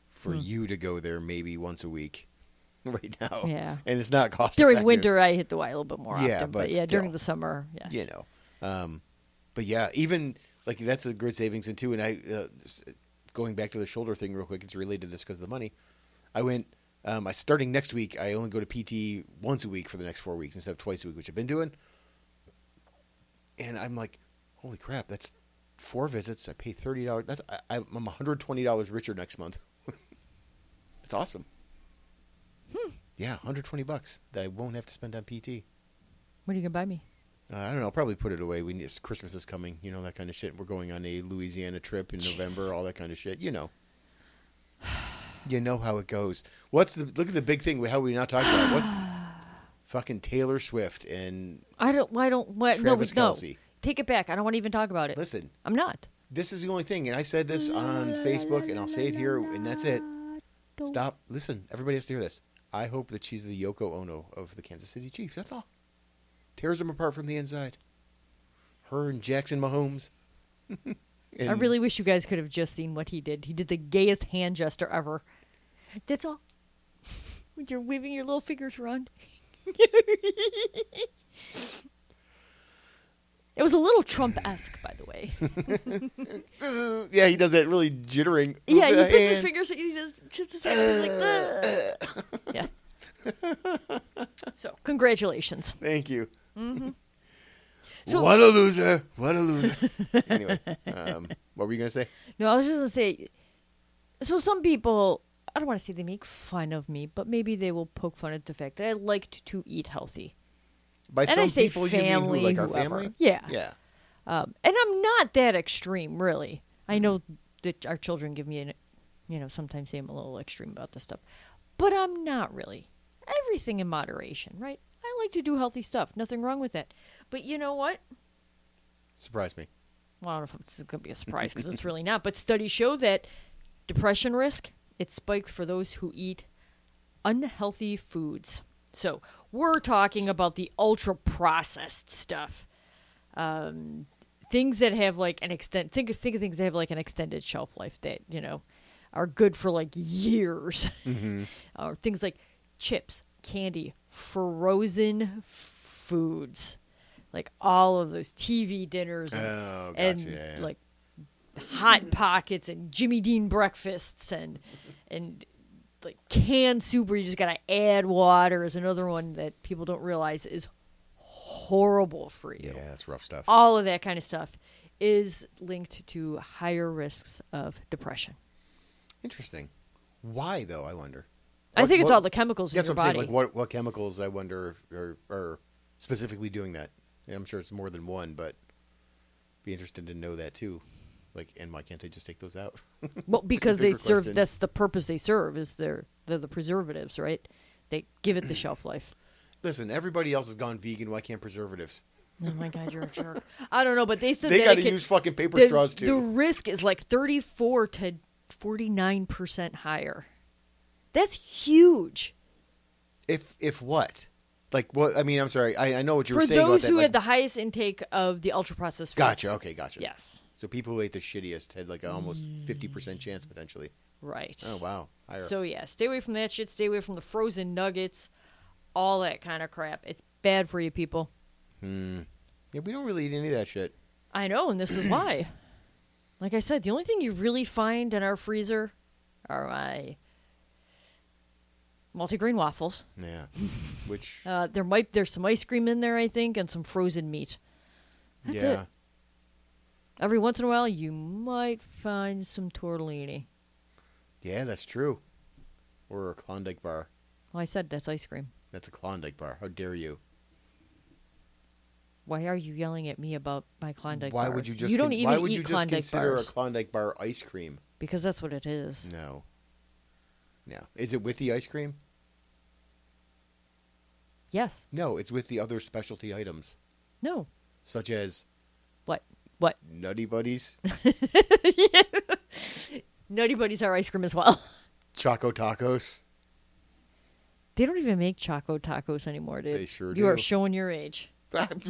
Speaker 1: for
Speaker 2: Hmm.
Speaker 1: you to go there maybe once a week, *laughs* right now.
Speaker 2: Yeah.
Speaker 1: and it's not cost
Speaker 2: During
Speaker 1: effective,
Speaker 2: winter, I hit the Y a little bit more
Speaker 1: Yeah,
Speaker 2: often, but,
Speaker 1: but
Speaker 2: yeah, during
Speaker 1: still.
Speaker 2: the summer, yes.
Speaker 1: You know, um, but yeah, even like that's a good savings and too. And I uh, s- going back to the shoulder thing real quick. It's related to this because of the money. I went. Um, I starting next week. I only go to PT once a week for the next four weeks instead of twice a week, which I've been doing. and I'm like, holy crap, that's four visits. I pay thirty dollars. That's I, I'm 120 dollars richer next month. *laughs* it's awesome. Yeah, 120 bucks that I won't have to spend on PT.
Speaker 2: What are you going to buy me?
Speaker 1: Uh, I don't know. I'll probably put it away. We need, Christmas is coming, you know that kind of shit. We're going on a Louisiana trip in November, all that kind of shit. You know, *sighs* you know how it goes. What's the look at the big thing? How we not talking about what's fucking Taylor Swift and
Speaker 2: I don't. I don't. What? no, we
Speaker 1: Travis
Speaker 2: no.
Speaker 1: Kelce.
Speaker 2: Take it back. I don't want to even talk about it.
Speaker 1: listen.
Speaker 2: I'm not.
Speaker 1: This is the only thing, and I said this on Facebook, and I'll say it here, and that's it. Stop. Listen, everybody has to hear this. I hope that she's the Yoko Ono of the Kansas City Chiefs. That's all. Tears them apart from the inside. Her and Jackson Mahomes. *laughs* and
Speaker 2: I really wish you guys *laughs* could have just seen what he did. He did the gayest hand gesture ever. That's all. when you're waving your little fingers around. *laughs* it was a little Trump esque, by
Speaker 1: *laughs*
Speaker 2: the way.
Speaker 1: Uh, yeah, he does that really jittering.
Speaker 2: yeah, he
Speaker 1: Uh,
Speaker 2: puts his
Speaker 1: and-
Speaker 2: fingers. He just chips his fingers like
Speaker 1: *laughs*
Speaker 2: that. yeah. So congratulations.
Speaker 1: Thank you.
Speaker 2: Mm-hmm.
Speaker 1: *laughs* what a loser! What a
Speaker 2: *laughs*
Speaker 1: loser! anyway, um, what were you gonna say?
Speaker 2: No, I was just gonna say. So some people, I don't want to say they make fun of me, but maybe they will poke fun at the fact that I liked to eat healthy.
Speaker 1: By
Speaker 2: And I
Speaker 1: some
Speaker 2: say
Speaker 1: people,
Speaker 2: family,
Speaker 1: you mean who, like
Speaker 2: whoever.
Speaker 1: our family?
Speaker 2: Yeah.
Speaker 1: Yeah.
Speaker 2: Um, and I'm not that extreme, really. I
Speaker 1: Mm-hmm.
Speaker 2: know that our children give me an, you know, sometimes say I'm a little extreme about this stuff, but I'm not really. Everything in moderation, right? I like to do healthy stuff. Nothing wrong with that. But you know what?
Speaker 1: Surprise me.
Speaker 2: Well, I don't know if it's going to be a surprise because it's really not. But studies show that depression risk it spikes for those who eat unhealthy foods. So we're talking about the ultra processed stuff, um, things that have like an extent. Think of think of things that have like an extended shelf life that you know are good for like years, *laughs* or things like chips, candy, frozen foods, like all of those TV dinners and,
Speaker 1: Oh, gotcha,
Speaker 2: and
Speaker 1: yeah, yeah.
Speaker 2: like hot pockets and Jimmy Dean breakfasts and and like canned soup where you just gotta add water is another one that people don't realize is horrible for you.
Speaker 1: Yeah, that's rough stuff.
Speaker 2: All of that kind of stuff is linked to higher risks of depression.
Speaker 1: Interesting. Why though? I wonder.
Speaker 2: I
Speaker 1: What-
Speaker 2: think it's
Speaker 1: what-
Speaker 2: all the chemicals in
Speaker 1: That's
Speaker 2: your
Speaker 1: what I'm saying.
Speaker 2: body.
Speaker 1: Like what what chemicals? I wonder are, are specifically doing that. And I'm sure it's more than one, but be interested to know that too. Like, and why can't they just take those out? *laughs*
Speaker 2: well, because they
Speaker 1: bigger
Speaker 2: serve
Speaker 1: question.
Speaker 2: that's the purpose they serve is they're they're the preservatives, right? They give
Speaker 1: *clears throat*
Speaker 2: it the shelf life.
Speaker 1: Listen, everybody else has gone vegan. Why can't preservatives?
Speaker 2: Oh my god, you're a jerk. I don't know, but they said
Speaker 1: They
Speaker 2: that
Speaker 1: got to
Speaker 2: it could-
Speaker 1: use fucking paper
Speaker 2: the,
Speaker 1: straws
Speaker 2: the
Speaker 1: too.
Speaker 2: risk is like 34 to 49% higher. That's huge.
Speaker 1: if if what? Like what? I mean, I'm sorry. I, I know what you
Speaker 2: For
Speaker 1: were saying about
Speaker 2: those
Speaker 1: that.
Speaker 2: who
Speaker 1: like-
Speaker 2: had the highest intake of the ultra processed foods.
Speaker 1: gotcha. Okay, gotcha.
Speaker 2: Yes.
Speaker 1: So people who ate the shittiest had like a almost fifty percent chance potentially.
Speaker 2: Right.
Speaker 1: Oh wow. Higher.
Speaker 2: Mm. So yeah, stay away from that shit, stay away from the frozen nuggets, all that kind of crap. It's bad for you people.
Speaker 1: yeah, we don't really eat any of that shit.
Speaker 2: I know,
Speaker 1: *clears throat*
Speaker 2: and this is why. Like I said, the only thing you really find in our freezer are my multigrain waffles. *laughs*
Speaker 1: Yeah. Which.
Speaker 2: Uh, there might there's some ice cream in there, I think, and some frozen meat. That's
Speaker 1: yeah.
Speaker 2: it. Every once in a while, you might find some tortellini.
Speaker 1: Yeah, that's true. Or a Klondike bar.
Speaker 2: Well, I said that's ice cream.
Speaker 1: That's a Klondike bar. How dare you?
Speaker 2: Why are you yelling at me about my Klondike
Speaker 1: why
Speaker 2: bars?
Speaker 1: would you just
Speaker 2: You don't
Speaker 1: con-
Speaker 2: even
Speaker 1: why would
Speaker 2: eat
Speaker 1: you just
Speaker 2: Klondike
Speaker 1: consider
Speaker 2: bars
Speaker 1: a Klondike bar ice cream?
Speaker 2: because that's what it is.
Speaker 1: No. No. Is it with the ice cream?
Speaker 2: Yes.
Speaker 1: No, it's with the other specialty items
Speaker 2: No.
Speaker 1: such as
Speaker 2: What? What?
Speaker 1: Nutty
Speaker 2: *laughs*
Speaker 1: Buddies,
Speaker 2: Nutty Buddies are ice cream as well. *laughs*
Speaker 1: Choco Tacos.
Speaker 2: they don't even make choco tacos anymore, dude.
Speaker 1: They sure
Speaker 2: You are
Speaker 1: do.
Speaker 2: showing your age.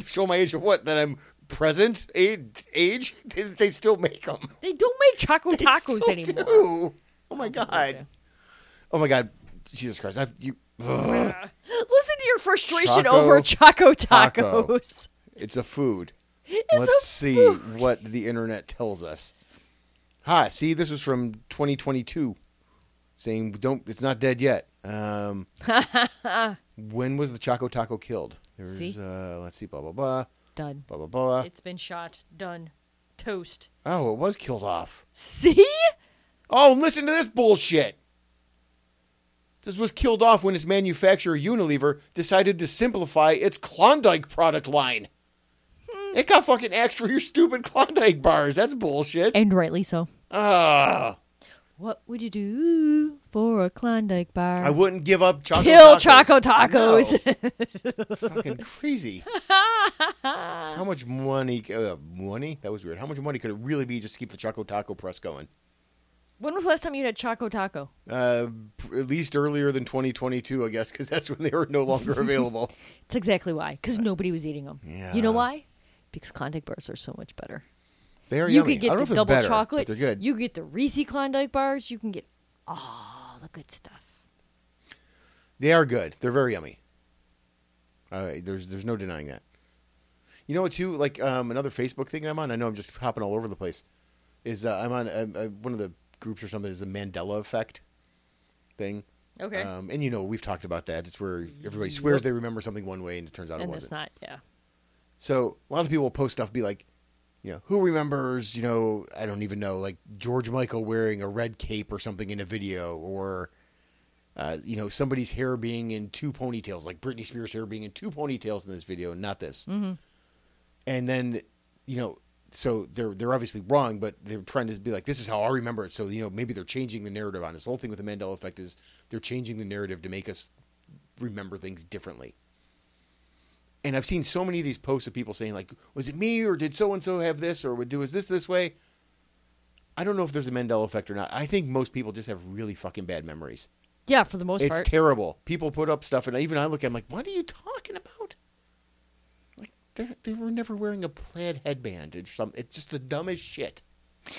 Speaker 1: Show my age of what? That I'm present age? age? They, they still make them.
Speaker 2: They don't
Speaker 1: *laughs*
Speaker 2: make choco tacos anymore.
Speaker 1: Oh my god. Oh my god. Jesus Christ. I've, you, ugh.
Speaker 2: *laughs* Listen to your frustration
Speaker 1: Choco
Speaker 2: over choco
Speaker 1: Taco.
Speaker 2: tacos. *laughs*
Speaker 1: It's a food. Let's
Speaker 2: a
Speaker 1: see what the internet tells us. Hi, see, this was from 2022, saying don't. It's not dead yet.
Speaker 2: *laughs*
Speaker 1: Um, when was the Choco Taco killed? There's,
Speaker 2: See?
Speaker 1: Uh, let's see, blah blah blah,
Speaker 2: Done.
Speaker 1: blah blah blah.
Speaker 2: *laughs* It's been shot. Done. Toast.
Speaker 1: oh, it was killed off.
Speaker 2: See?
Speaker 1: Oh, listen to this bullshit. This was killed off when its manufacturer Unilever decided to simplify its Klondike product line. It got fucking axed for your stupid Klondike bars. That's bullshit.
Speaker 2: And rightly so.
Speaker 1: Ah,
Speaker 2: What would you do for a Klondike bar?
Speaker 1: I wouldn't give up Choco
Speaker 2: Kill
Speaker 1: Tacos.
Speaker 2: Choco *laughs* Tacos.
Speaker 1: No. fucking
Speaker 2: *laughs*
Speaker 1: crazy. How much money? Uh, money? That was weird. How much money could it really be just to keep the Choco Taco press going?
Speaker 2: when was the last time you had Choco Taco?
Speaker 1: Uh, p- at least earlier than 2022, I guess, because that's when they were no longer *laughs* available.
Speaker 2: It's exactly why. Because nobody was eating them. You
Speaker 1: Yeah.
Speaker 2: know why? Because Klondike bars are so much better.
Speaker 1: They are
Speaker 2: you
Speaker 1: yummy.
Speaker 2: could get
Speaker 1: I don't know
Speaker 2: the
Speaker 1: if they're
Speaker 2: double
Speaker 1: better, but
Speaker 2: chocolate.
Speaker 1: They're good.
Speaker 2: You could get the Reese Klondike bars. You can get all the good stuff.
Speaker 1: They are good. They're very yummy. Uh, there's there's no denying that. You know what? Too like um, another Facebook thing I'm on. I know I'm just hopping all over the place. Is uh, I'm on um, uh, one of the groups or something is the Mandela effect thing.
Speaker 2: Okay.
Speaker 1: Um, and you know we've talked about that. It's where everybody swears they remember something one way and it turns out it
Speaker 2: and
Speaker 1: wasn't.
Speaker 2: it's not. Yeah.
Speaker 1: So a lot of people will post stuff, be like, you know, who remembers, you know, I don't even know, like George Michael wearing a red cape or something in a video, or, uh, you know, somebody's hair being in two ponytails, like Britney Spears' hair being in two ponytails in this video, not this. Mm-hmm. And then, you know, so they're they're obviously wrong, but they're trying to be like, this is how I remember it. So you know, maybe they're changing the narrative on this whole thing with the Mandela effect is they're changing the narrative to make us remember things differently and I've seen so many of these posts of people saying like, "Was it me or did so and so have this or would do is this this way?" I don't know if there's a Mandela effect or not. I think most people just have really fucking bad memories.
Speaker 2: Yeah, for the most
Speaker 1: it's
Speaker 2: part.
Speaker 1: terrible. People put up stuff, and even I look at them like, "What are you talking about?" Like they they were never wearing a plaid headband or something. It's just the dumbest shit.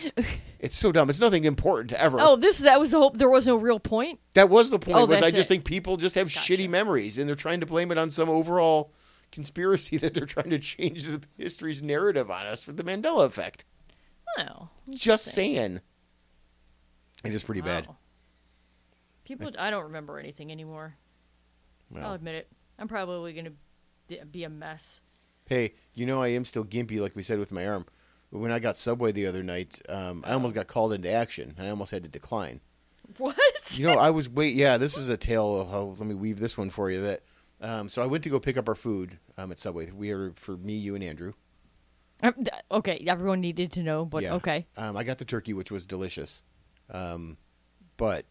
Speaker 2: *laughs*
Speaker 1: it's so dumb. It's nothing important to ever.
Speaker 2: oh, this that was the whole. There was no real point.
Speaker 1: That was the point.
Speaker 2: Oh,
Speaker 1: was I
Speaker 2: that's
Speaker 1: just
Speaker 2: it.
Speaker 1: think people just have shitty memories, and they're trying to blame it on some overall conspiracy *laughs* that they're trying to change the history's narrative on us for the Mandela effect.
Speaker 2: No.
Speaker 1: Just saying, it is pretty bad.
Speaker 2: Wow. People, I don't remember anything anymore. I'll
Speaker 1: Well,
Speaker 2: admit it. I'm probably gonna d- be a mess.
Speaker 1: hey, you know I am still gimpy, like we said with my arm. But When I got Subway the other night, um, I almost got called into action, and I almost had to decline.
Speaker 2: *laughs* What?
Speaker 1: you know, I was wait. Yeah, this is a tale of how. Let me weave this one for you. That um, so I went to go pick up our food um, at Subway. We ordered for me, you, and Andrew.
Speaker 2: Um, th- okay, everyone needed to know, but
Speaker 1: Yeah.
Speaker 2: okay. *laughs*
Speaker 1: Um, I got the turkey, which was delicious. Um, but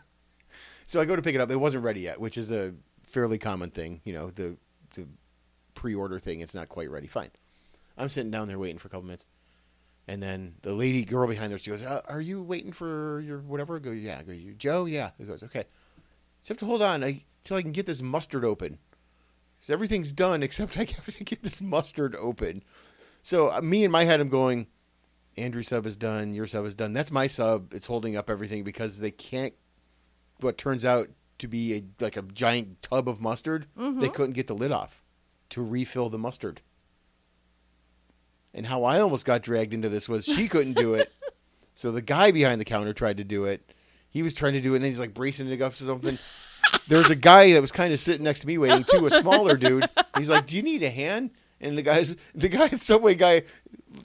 Speaker 1: *laughs* so I go to pick it up. It wasn't ready yet, which is a fairly common thing. You know, the the pre-order thing. It's not quite ready. Fine. I'm sitting down there waiting for a couple minutes, and then the lady girl behind there she goes, uh, "Are you waiting for your whatever?" I go, "Yeah." I go, "You Joe?" "Yeah." He goes, "Okay." So I have to hold on I, till I can get this mustard open. So everything's done *laughs* except I have to get this mustard open. So uh, me in my head, I'm going, Andrew sub is done, your sub is done. That's my sub. It's holding up everything because they can't. What turns out to be a like a giant tub of mustard, they couldn't get the lid off to refill the mustard. And how I almost got dragged into this was she couldn't do it, so the guy behind the counter tried to do it. He was trying to do it, and then he's like bracing it up to something. There's a guy that was kind of sitting next to me waiting too, a smaller dude. He's like, "Do you need a hand?" And the guy's the guy, *laughs* the subway guy,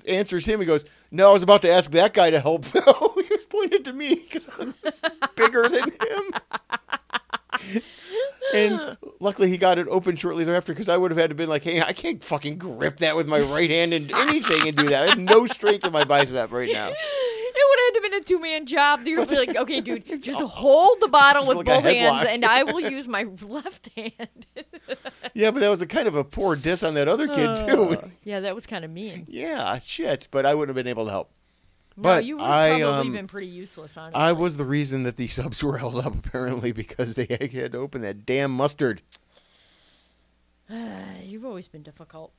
Speaker 1: answers him and goes, "No, I was about to ask that guy to help *laughs* though. he was pointed to me because I'm bigger than him." And luckily, he got it open shortly thereafter because I would have had to been like, "Hey, I can't fucking grip that with my right hand and anything and do that. I have no strength in my bicep right now."
Speaker 2: It would have had to been a two man job. You'd be
Speaker 1: *laughs*
Speaker 2: like, okay, dude, just hold the bottle with
Speaker 1: Like a
Speaker 2: both hands,
Speaker 1: headlock.
Speaker 2: and I
Speaker 1: *laughs*
Speaker 2: will use my left hand.
Speaker 1: Yeah, but that was a kind of a poor diss on that other kid too.
Speaker 2: yeah, that was kind of mean.
Speaker 1: *laughs* yeah, shit. But I wouldn't have been able to help.
Speaker 2: No,
Speaker 1: But
Speaker 2: you would
Speaker 1: I,
Speaker 2: have probably
Speaker 1: um,
Speaker 2: been pretty useless, honestly.
Speaker 1: I was the reason that the *laughs* subs were held up apparently because they had to open that damn mustard.
Speaker 2: *sighs* You've always been difficult.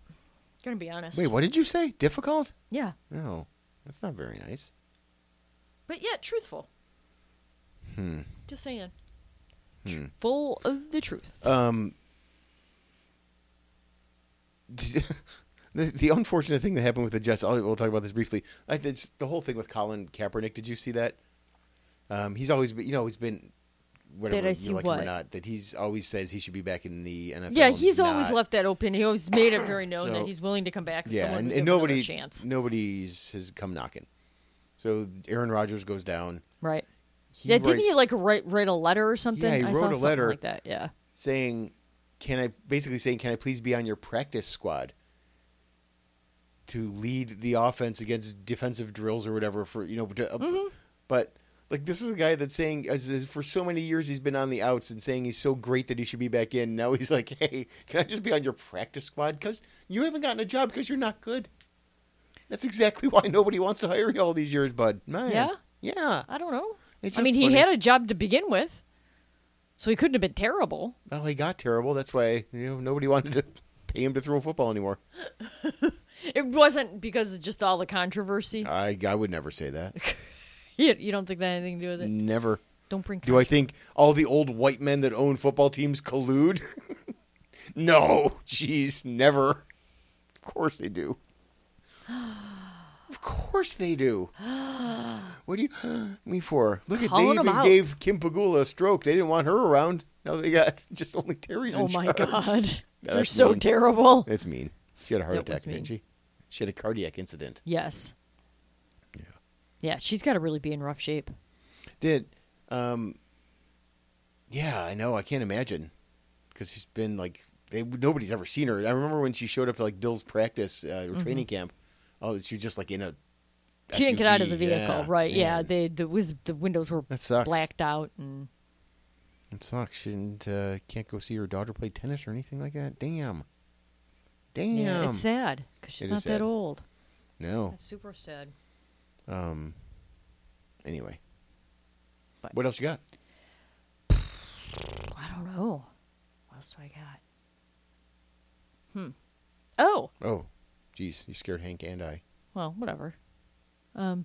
Speaker 2: Gonna be honest.
Speaker 1: Wait, what did you say? Difficult?
Speaker 2: Yeah,
Speaker 1: No, that's not very nice.
Speaker 2: but yet truthful. Hmm. Just saying.
Speaker 1: Hmm.
Speaker 2: Tr- Full of the truth.
Speaker 1: Um, *laughs* the, the unfortunate thing that happened with the Jets. I'll, we'll talk about this briefly. I, it's the whole thing with Colin Kaepernick. Did you see that? Um, he's always been, you know, he's been whatever
Speaker 2: Did I
Speaker 1: you
Speaker 2: see
Speaker 1: like him
Speaker 2: what?
Speaker 1: or not. That he's always says he should be back in the NFL.
Speaker 2: yeah,
Speaker 1: and
Speaker 2: he's always
Speaker 1: not.
Speaker 2: left that open. He always made it very known that
Speaker 1: So-
Speaker 2: he's willing to come back. If
Speaker 1: Yeah,
Speaker 2: someone
Speaker 1: and,
Speaker 2: would
Speaker 1: and
Speaker 2: give him another
Speaker 1: nobody,
Speaker 2: chance.
Speaker 1: nobody's has come knocking. So Aaron Rodgers goes down.
Speaker 2: Right.
Speaker 1: He
Speaker 2: yeah, didn't he
Speaker 1: writes-
Speaker 2: like write write a letter or something?
Speaker 1: he
Speaker 2: I
Speaker 1: wrote
Speaker 2: saw
Speaker 1: a
Speaker 2: something
Speaker 1: letter.
Speaker 2: like that. Yeah.
Speaker 1: saying, "Can I?" Basically saying, "Can I please be on your practice squad to lead the offense against defensive drills or whatever?" For you know, to, uh, but like this is a guy that's saying, as, as for so many years he's been on the outs and saying he's so great that he should be back in. Now he's like, *laughs* "Hey, can I just be on your practice squad? Because you haven't gotten a job because you're not good." That's exactly *laughs* why nobody wants to hire you all these years, bud. Man.
Speaker 2: Yeah?
Speaker 1: Yeah.
Speaker 2: I don't know.
Speaker 1: It's
Speaker 2: I mean,
Speaker 1: just
Speaker 2: he
Speaker 1: funny.
Speaker 2: had a job to begin with, so he couldn't have been terrible.
Speaker 1: Well, he got terrible. That's why you know nobody wanted to *laughs* pay him to throw a football anymore.
Speaker 2: It wasn't because of just
Speaker 1: Uh,
Speaker 2: *laughs* all the controversy. *laughs*
Speaker 1: I I would never say that.
Speaker 2: you, you don't think that had anything to do with it?
Speaker 1: Never.
Speaker 2: Don't bring.
Speaker 1: Do I think all the old white men that own football teams collude? *laughs* no, jeez, never. Of course they
Speaker 2: *gasps*
Speaker 1: do. Of course they
Speaker 2: *gasps*
Speaker 1: do. What do you *gasps* me for? Look at
Speaker 2: Calling
Speaker 1: they
Speaker 2: 'em
Speaker 1: even
Speaker 2: out.
Speaker 1: gave Kim Pagula a stroke. They didn't want her around. Now they got *laughs* just only Terry's
Speaker 2: *laughs* Oh
Speaker 1: in
Speaker 2: my
Speaker 1: charge. *laughs*
Speaker 2: god, you're
Speaker 1: that's
Speaker 2: so
Speaker 1: mean.
Speaker 2: terrible.
Speaker 1: That's mean. She had a heart
Speaker 2: That
Speaker 1: attack,
Speaker 2: was mean.
Speaker 1: didn't she? She had a cardiac incident.
Speaker 2: Yes. Yeah. Yeah, she's got to really be in rough shape.
Speaker 1: Did, um, yeah, I know. I can't imagine because she's been like they nobody's ever seen her. I remember when she showed up to like Bill's practice uh, or training camp. Oh, she was just like in a.
Speaker 2: She didn't get out of the
Speaker 1: SUV.
Speaker 2: vehicle,
Speaker 1: Yeah,
Speaker 2: right? Yeah,
Speaker 1: man.
Speaker 2: they the was the windows were
Speaker 1: That sucks.
Speaker 2: blacked out, and
Speaker 1: It sucks. She didn't, uh, can't go see her daughter play tennis or anything like that. Damn. Damn.
Speaker 2: yeah, it's sad because she's
Speaker 1: It is
Speaker 2: not that
Speaker 1: sad.
Speaker 2: old.
Speaker 1: No.
Speaker 2: That's super sad.
Speaker 1: Um. Anyway.
Speaker 2: But-
Speaker 1: What else you got?
Speaker 2: I don't know. What else do I got? Hmm. Oh,
Speaker 1: Oh, geez, you scared Hank and I.
Speaker 2: well, whatever. Um,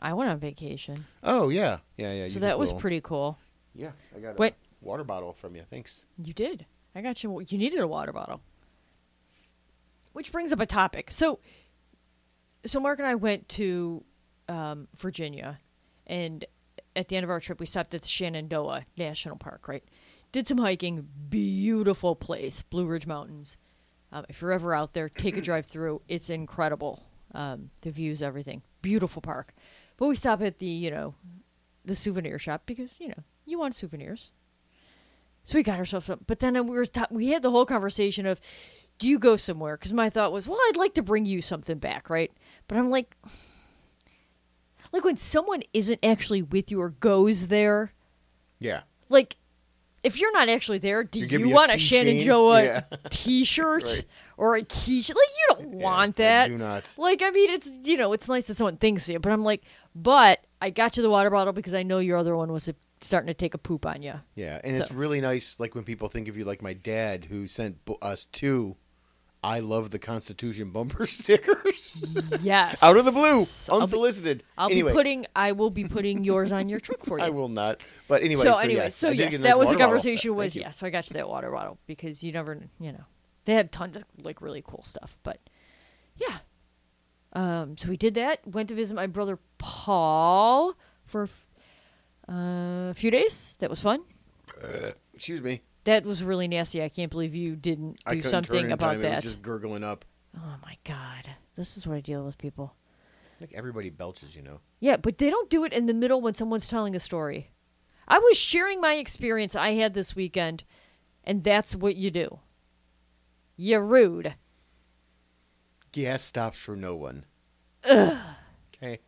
Speaker 2: I went on vacation,
Speaker 1: Oh yeah, yeah, yeah.
Speaker 2: so
Speaker 1: you
Speaker 2: that was
Speaker 1: little-
Speaker 2: pretty cool.
Speaker 1: Yeah, I got a
Speaker 2: Wait.
Speaker 1: water bottle from you. Thanks.
Speaker 2: You did. I got you. You needed a water bottle. Which brings up a topic. So, so Mark and I went to um, Virginia, and at the end of our trip, we stopped at the Shenandoah National Park. Right, did some hiking. Beautiful place, Blue Ridge Mountains. Um, if you're ever out there, take a drive through. It's incredible. Um, the views, everything. Beautiful park. But we stop at the you know, the souvenir shop because you know you want souvenirs. So we got ourselves up. But then we were ta- we had the whole conversation of, do you go somewhere? Because my thought was, well, I'd like to bring you something back, right? But I'm like, like when someone isn't actually with you or goes there,
Speaker 1: Yeah.
Speaker 2: like if you're not actually there, do
Speaker 1: You
Speaker 2: you,
Speaker 1: give me a
Speaker 2: want a
Speaker 1: keychain?
Speaker 2: Shenandoah
Speaker 1: Yeah. *laughs*
Speaker 2: T-shirt
Speaker 1: Right.
Speaker 2: or a keychain? Like you don't
Speaker 1: Yeah,
Speaker 2: want
Speaker 1: I
Speaker 2: that.
Speaker 1: do not.
Speaker 2: Like I mean, it's you know, it's nice that someone thinks of you, but I'm like, but I got you the water bottle because I know your other one was uh, starting to take a poop on you.
Speaker 1: Yeah, and it's
Speaker 2: So-
Speaker 1: really nice, like when people think of you, like my dad, who sent bo- us two "I love the Constitution" bumper *laughs* stickers
Speaker 2: Yes.
Speaker 1: out of the blue,
Speaker 2: I'll be-
Speaker 1: unsolicited.
Speaker 2: I'll
Speaker 1: anyway,
Speaker 2: be putting. I will be putting yours on your
Speaker 1: *laughs*
Speaker 2: truck for you.
Speaker 1: I will not. But anyway,
Speaker 2: so,
Speaker 1: so,
Speaker 2: anyway,
Speaker 1: yes,
Speaker 2: so
Speaker 1: I did
Speaker 2: yes,
Speaker 1: get a nice
Speaker 2: that was the
Speaker 1: water bottle.
Speaker 2: conversation. Was
Speaker 1: Thank you.
Speaker 2: yes, so I got you that water bottle because you never, you know, they had tons of like really cool stuff. But yeah, um, so we did that. Went to visit my brother Paul for uh, a few days. That was fun.
Speaker 1: Excuse me,
Speaker 2: That was really nasty. I can't believe you didn't
Speaker 1: I
Speaker 2: do
Speaker 1: couldn't
Speaker 2: something
Speaker 1: turn in
Speaker 2: about
Speaker 1: time. It
Speaker 2: that.
Speaker 1: was just gurgling up.
Speaker 2: Oh my god, this is what I deal with people.
Speaker 1: Like everybody belches, you know.
Speaker 2: Yeah, but they don't do it in the middle when someone's telling a story. I was sharing my experience I had this weekend, and that's what you do. You're rude.
Speaker 1: Gas stops for no one. Okay.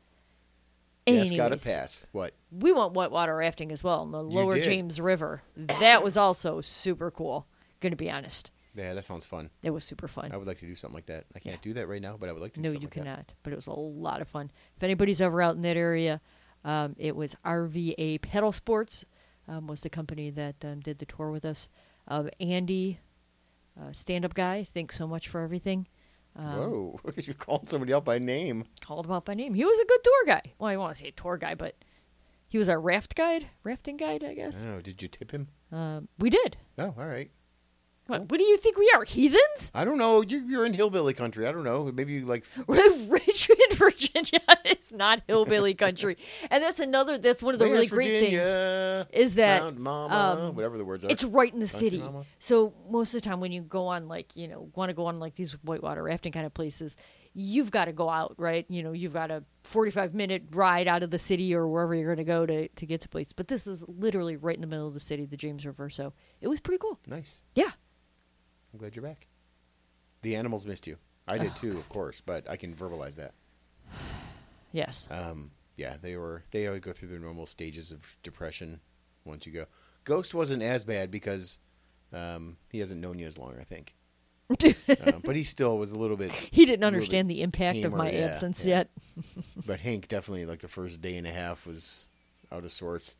Speaker 2: Anyways,
Speaker 1: Gas got a pass. What?
Speaker 2: We went whitewater rafting as well in the lower
Speaker 1: did.
Speaker 2: James River. That was also super cool. Gonna be honest.
Speaker 1: Yeah, that sounds fun.
Speaker 2: It was super fun.
Speaker 1: I would like to do something like that. I can't
Speaker 2: Yeah.
Speaker 1: do that right now, but I would like to. Do
Speaker 2: No,
Speaker 1: something
Speaker 2: you
Speaker 1: like that.
Speaker 2: cannot. But it was a lot of fun. If anybody's ever out in that area, um, it was RVA Pedal Sports um, was the company that um, did the tour with us. Um, Andy, uh, stand-up guy, thanks so much for everything. Um,
Speaker 1: Whoa! *laughs* Look at you calling somebody out by name.
Speaker 2: Called him out by name. He was a good tour guy. Well, I want to say tour guy, but he was our raft guide, rafting guide, I guess.
Speaker 1: Oh, did you tip him?
Speaker 2: Um, we did.
Speaker 1: Oh, all right.
Speaker 2: What, what do you think we are, heathens? *laughs*
Speaker 1: I don't know. You, you're in hillbilly country. I don't know. Maybe you like.
Speaker 2: Richmond, *laughs* Virginia is not hillbilly
Speaker 1: *laughs*
Speaker 2: country, and that's another. That's one of the
Speaker 1: Where's
Speaker 2: really great things.
Speaker 1: Virginia?
Speaker 2: is that,
Speaker 1: Mountain mama,
Speaker 2: um,
Speaker 1: whatever the words are.
Speaker 2: It's right in the
Speaker 1: Country
Speaker 2: city.
Speaker 1: mama?
Speaker 2: So most of the time when you go on like, you know, want to go on like these whitewater rafting kind of places, you've got to go out, right? You know, you've got a 45 minute ride out of the city or wherever you're going to go to to get to place. But this is literally right in the middle of the city, the James River, so it was pretty cool.
Speaker 1: nice.
Speaker 2: Yeah.
Speaker 1: I'm glad you're back. The animals missed you. I did too, of course, but I can verbalize that.
Speaker 2: Yes.
Speaker 1: Um, yeah, they were. They always go through their normal stages of depression once you go. Ghost wasn't as bad because um, he hasn't known you as long, I
Speaker 2: *laughs*
Speaker 1: think. um, but he still was a little bit.
Speaker 2: he didn't
Speaker 1: a little
Speaker 2: understand
Speaker 1: bit
Speaker 2: the impact of
Speaker 1: tamer,
Speaker 2: my
Speaker 1: yeah,
Speaker 2: absence
Speaker 1: yeah.
Speaker 2: yet.
Speaker 1: But Hank definitely, like the first day and a half, was out of sorts.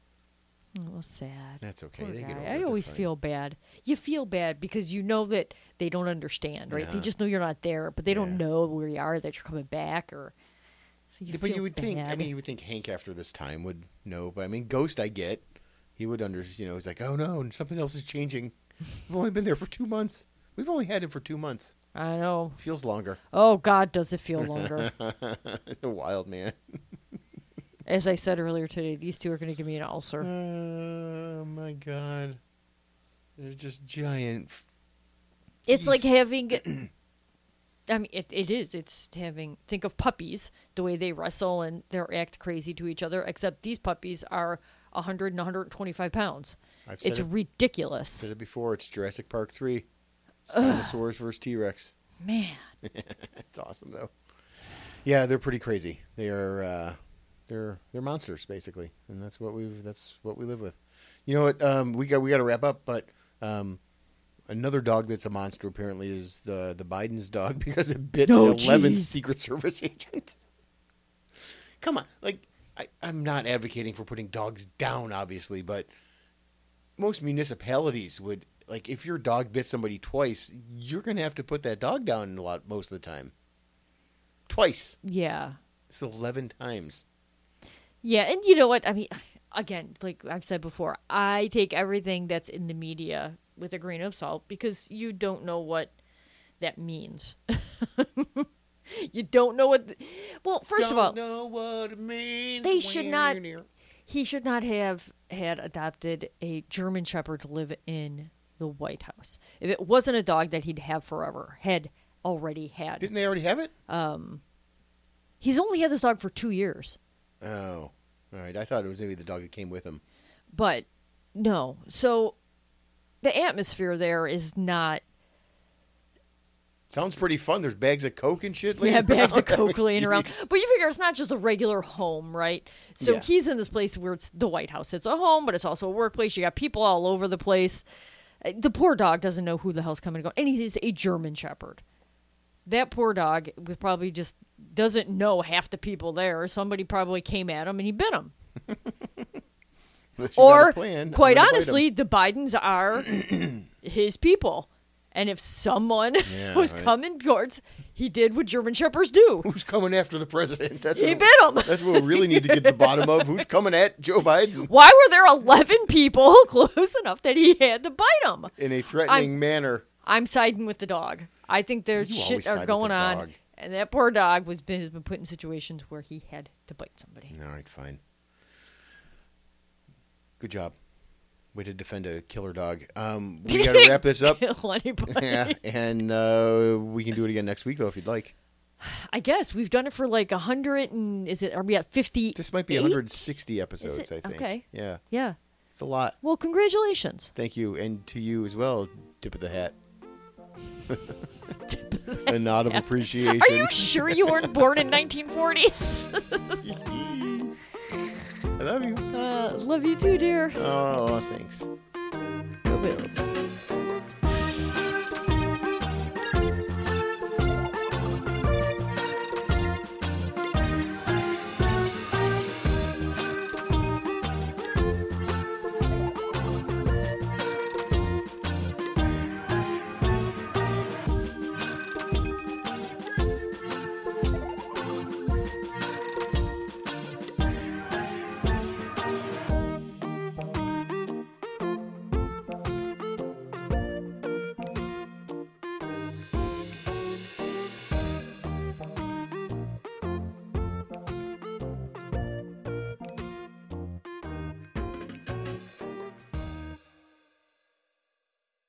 Speaker 2: Oh, sad.
Speaker 1: That's okay.
Speaker 2: Poor
Speaker 1: they
Speaker 2: guy.
Speaker 1: get older.
Speaker 2: I
Speaker 1: they're
Speaker 2: always
Speaker 1: fine.
Speaker 2: feel bad. You feel bad because you know that they don't understand, right? They
Speaker 1: Yeah.
Speaker 2: just know you're not there, but they don't
Speaker 1: Yeah.
Speaker 2: know where you are, that you're coming back, or So you
Speaker 1: Yeah, but
Speaker 2: feel
Speaker 1: you would think. I
Speaker 2: bad.
Speaker 1: mean, you would think Hank after this time would know. But I mean, Ghost, I get. He would under. You know, he's like, oh no, and something else is changing. We've only been there for two months. We've only had him for two months.
Speaker 2: I know.
Speaker 1: Feels longer. *laughs*
Speaker 2: Oh God, does it feel longer?
Speaker 1: a wild man.
Speaker 2: As I said earlier today, these two are going to give me an ulcer.
Speaker 1: Uh, Oh my god, they're just giant. f-
Speaker 2: It's like
Speaker 1: Jeez. *clears throat*
Speaker 2: having. I mean, it, it is. It's having. Think of puppies, the way they wrestle and they act crazy to each other, except these puppies are 100 and 125 pounds.
Speaker 1: I've said
Speaker 2: It's
Speaker 1: it-
Speaker 2: ridiculous.
Speaker 1: Said it before. It's Jurassic Park three. Spinosaurus versus T Rex.
Speaker 2: Man.
Speaker 1: It's awesome though. Yeah, they're pretty crazy. They are uh, they're they're monsters basically, and that's what we that's what we live with. You know what? Um, we got we got to wrap up, but um, another dog that's a monster apparently is the the Biden's dog *laughs* because it bit
Speaker 2: No,
Speaker 1: an eleventh
Speaker 2: geez.
Speaker 1: Secret Service agent. Come on, like I, I'm not advocating for putting dogs down, obviously, but most municipalities would like if your dog bit somebody twice, you're gonna have to put that dog down a lot most of the time. Twice.
Speaker 2: Yeah.
Speaker 1: It's eleven times.
Speaker 2: Yeah. And you know what? I mean, again, like I've said before, I take everything that's in the media with a grain of salt because you don't know what that means. *laughs* you don't know what. th- well, 1st of all.
Speaker 1: Don't know what it means.
Speaker 2: They should not- he should not have had adopted a German Shepherd to live in the White House. If it wasn't a dog that he'd have forever, had already had.
Speaker 1: Didn't they already have it?
Speaker 2: He's only had this dog for two years,
Speaker 1: oh, all right. I thought it was maybe the dog that came with him.
Speaker 2: but no. So the atmosphere there is not.
Speaker 1: Sounds pretty fun. There's bags of coke and shit.
Speaker 2: Yeah,
Speaker 1: laying *laughs*
Speaker 2: bags of
Speaker 1: around. I mean,
Speaker 2: coke laying around.
Speaker 1: jeez.
Speaker 2: But you figure it's not just a regular home, right? So
Speaker 1: Yeah.
Speaker 2: he's in this place where it's the White House. It's a home, but it's also a workplace. You got people all over the place. Uh, The poor dog doesn't know who the hell's coming and going. And he's a German Shepherd. That poor dog was probably just doesn't know half the people there. Somebody probably came at him and he bit him.
Speaker 1: Unless you got
Speaker 2: Or,
Speaker 1: a plan, I'm
Speaker 2: quite
Speaker 1: gonna bite 'em.
Speaker 2: honestly, the Bidens
Speaker 1: *clears throat*
Speaker 2: are his people. And if someone *laughs*
Speaker 1: Yeah,
Speaker 2: was
Speaker 1: right.
Speaker 2: coming towards, he did what German Shepherds do.
Speaker 1: who's coming after the president? That's
Speaker 2: He
Speaker 1: what,
Speaker 2: bit him.
Speaker 1: *laughs* That's what we really need to get to the bottom of. Who's coming at Joe Biden
Speaker 2: Why were there 11 people *laughs* close enough that he had to bite him?
Speaker 1: in a threatening manner?
Speaker 2: I'm siding with the dog. I think there's
Speaker 1: You
Speaker 2: shit
Speaker 1: always side
Speaker 2: are
Speaker 1: with
Speaker 2: going
Speaker 1: the
Speaker 2: on.
Speaker 1: dog.
Speaker 2: And that poor dog was been, has been put in situations where he had to bite somebody.
Speaker 1: All right, fine. Good job. Way to defend a killer dog. Um, we
Speaker 2: *laughs*
Speaker 1: got to wrap this up.
Speaker 2: Kill anybody. *laughs*
Speaker 1: yeah, and uh, we can do it again next week though if you'd like.
Speaker 2: I guess we've done it for like 100 and is it, are we at 50?
Speaker 1: This might be 160 episodes,
Speaker 2: Is
Speaker 1: I
Speaker 2: it?
Speaker 1: think.
Speaker 2: Okay.
Speaker 1: Yeah,
Speaker 2: Yeah.
Speaker 1: it's a lot.
Speaker 2: Well, congratulations.
Speaker 1: Thank you, and to you as well. Tip of the hat. *laughs* a nod of appreciation.
Speaker 2: Are you sure you weren't born in *laughs* 1940s?
Speaker 1: *laughs* I love you.
Speaker 2: Uh, love you too, dear.
Speaker 1: Oh, thanks.
Speaker 2: Go Bills.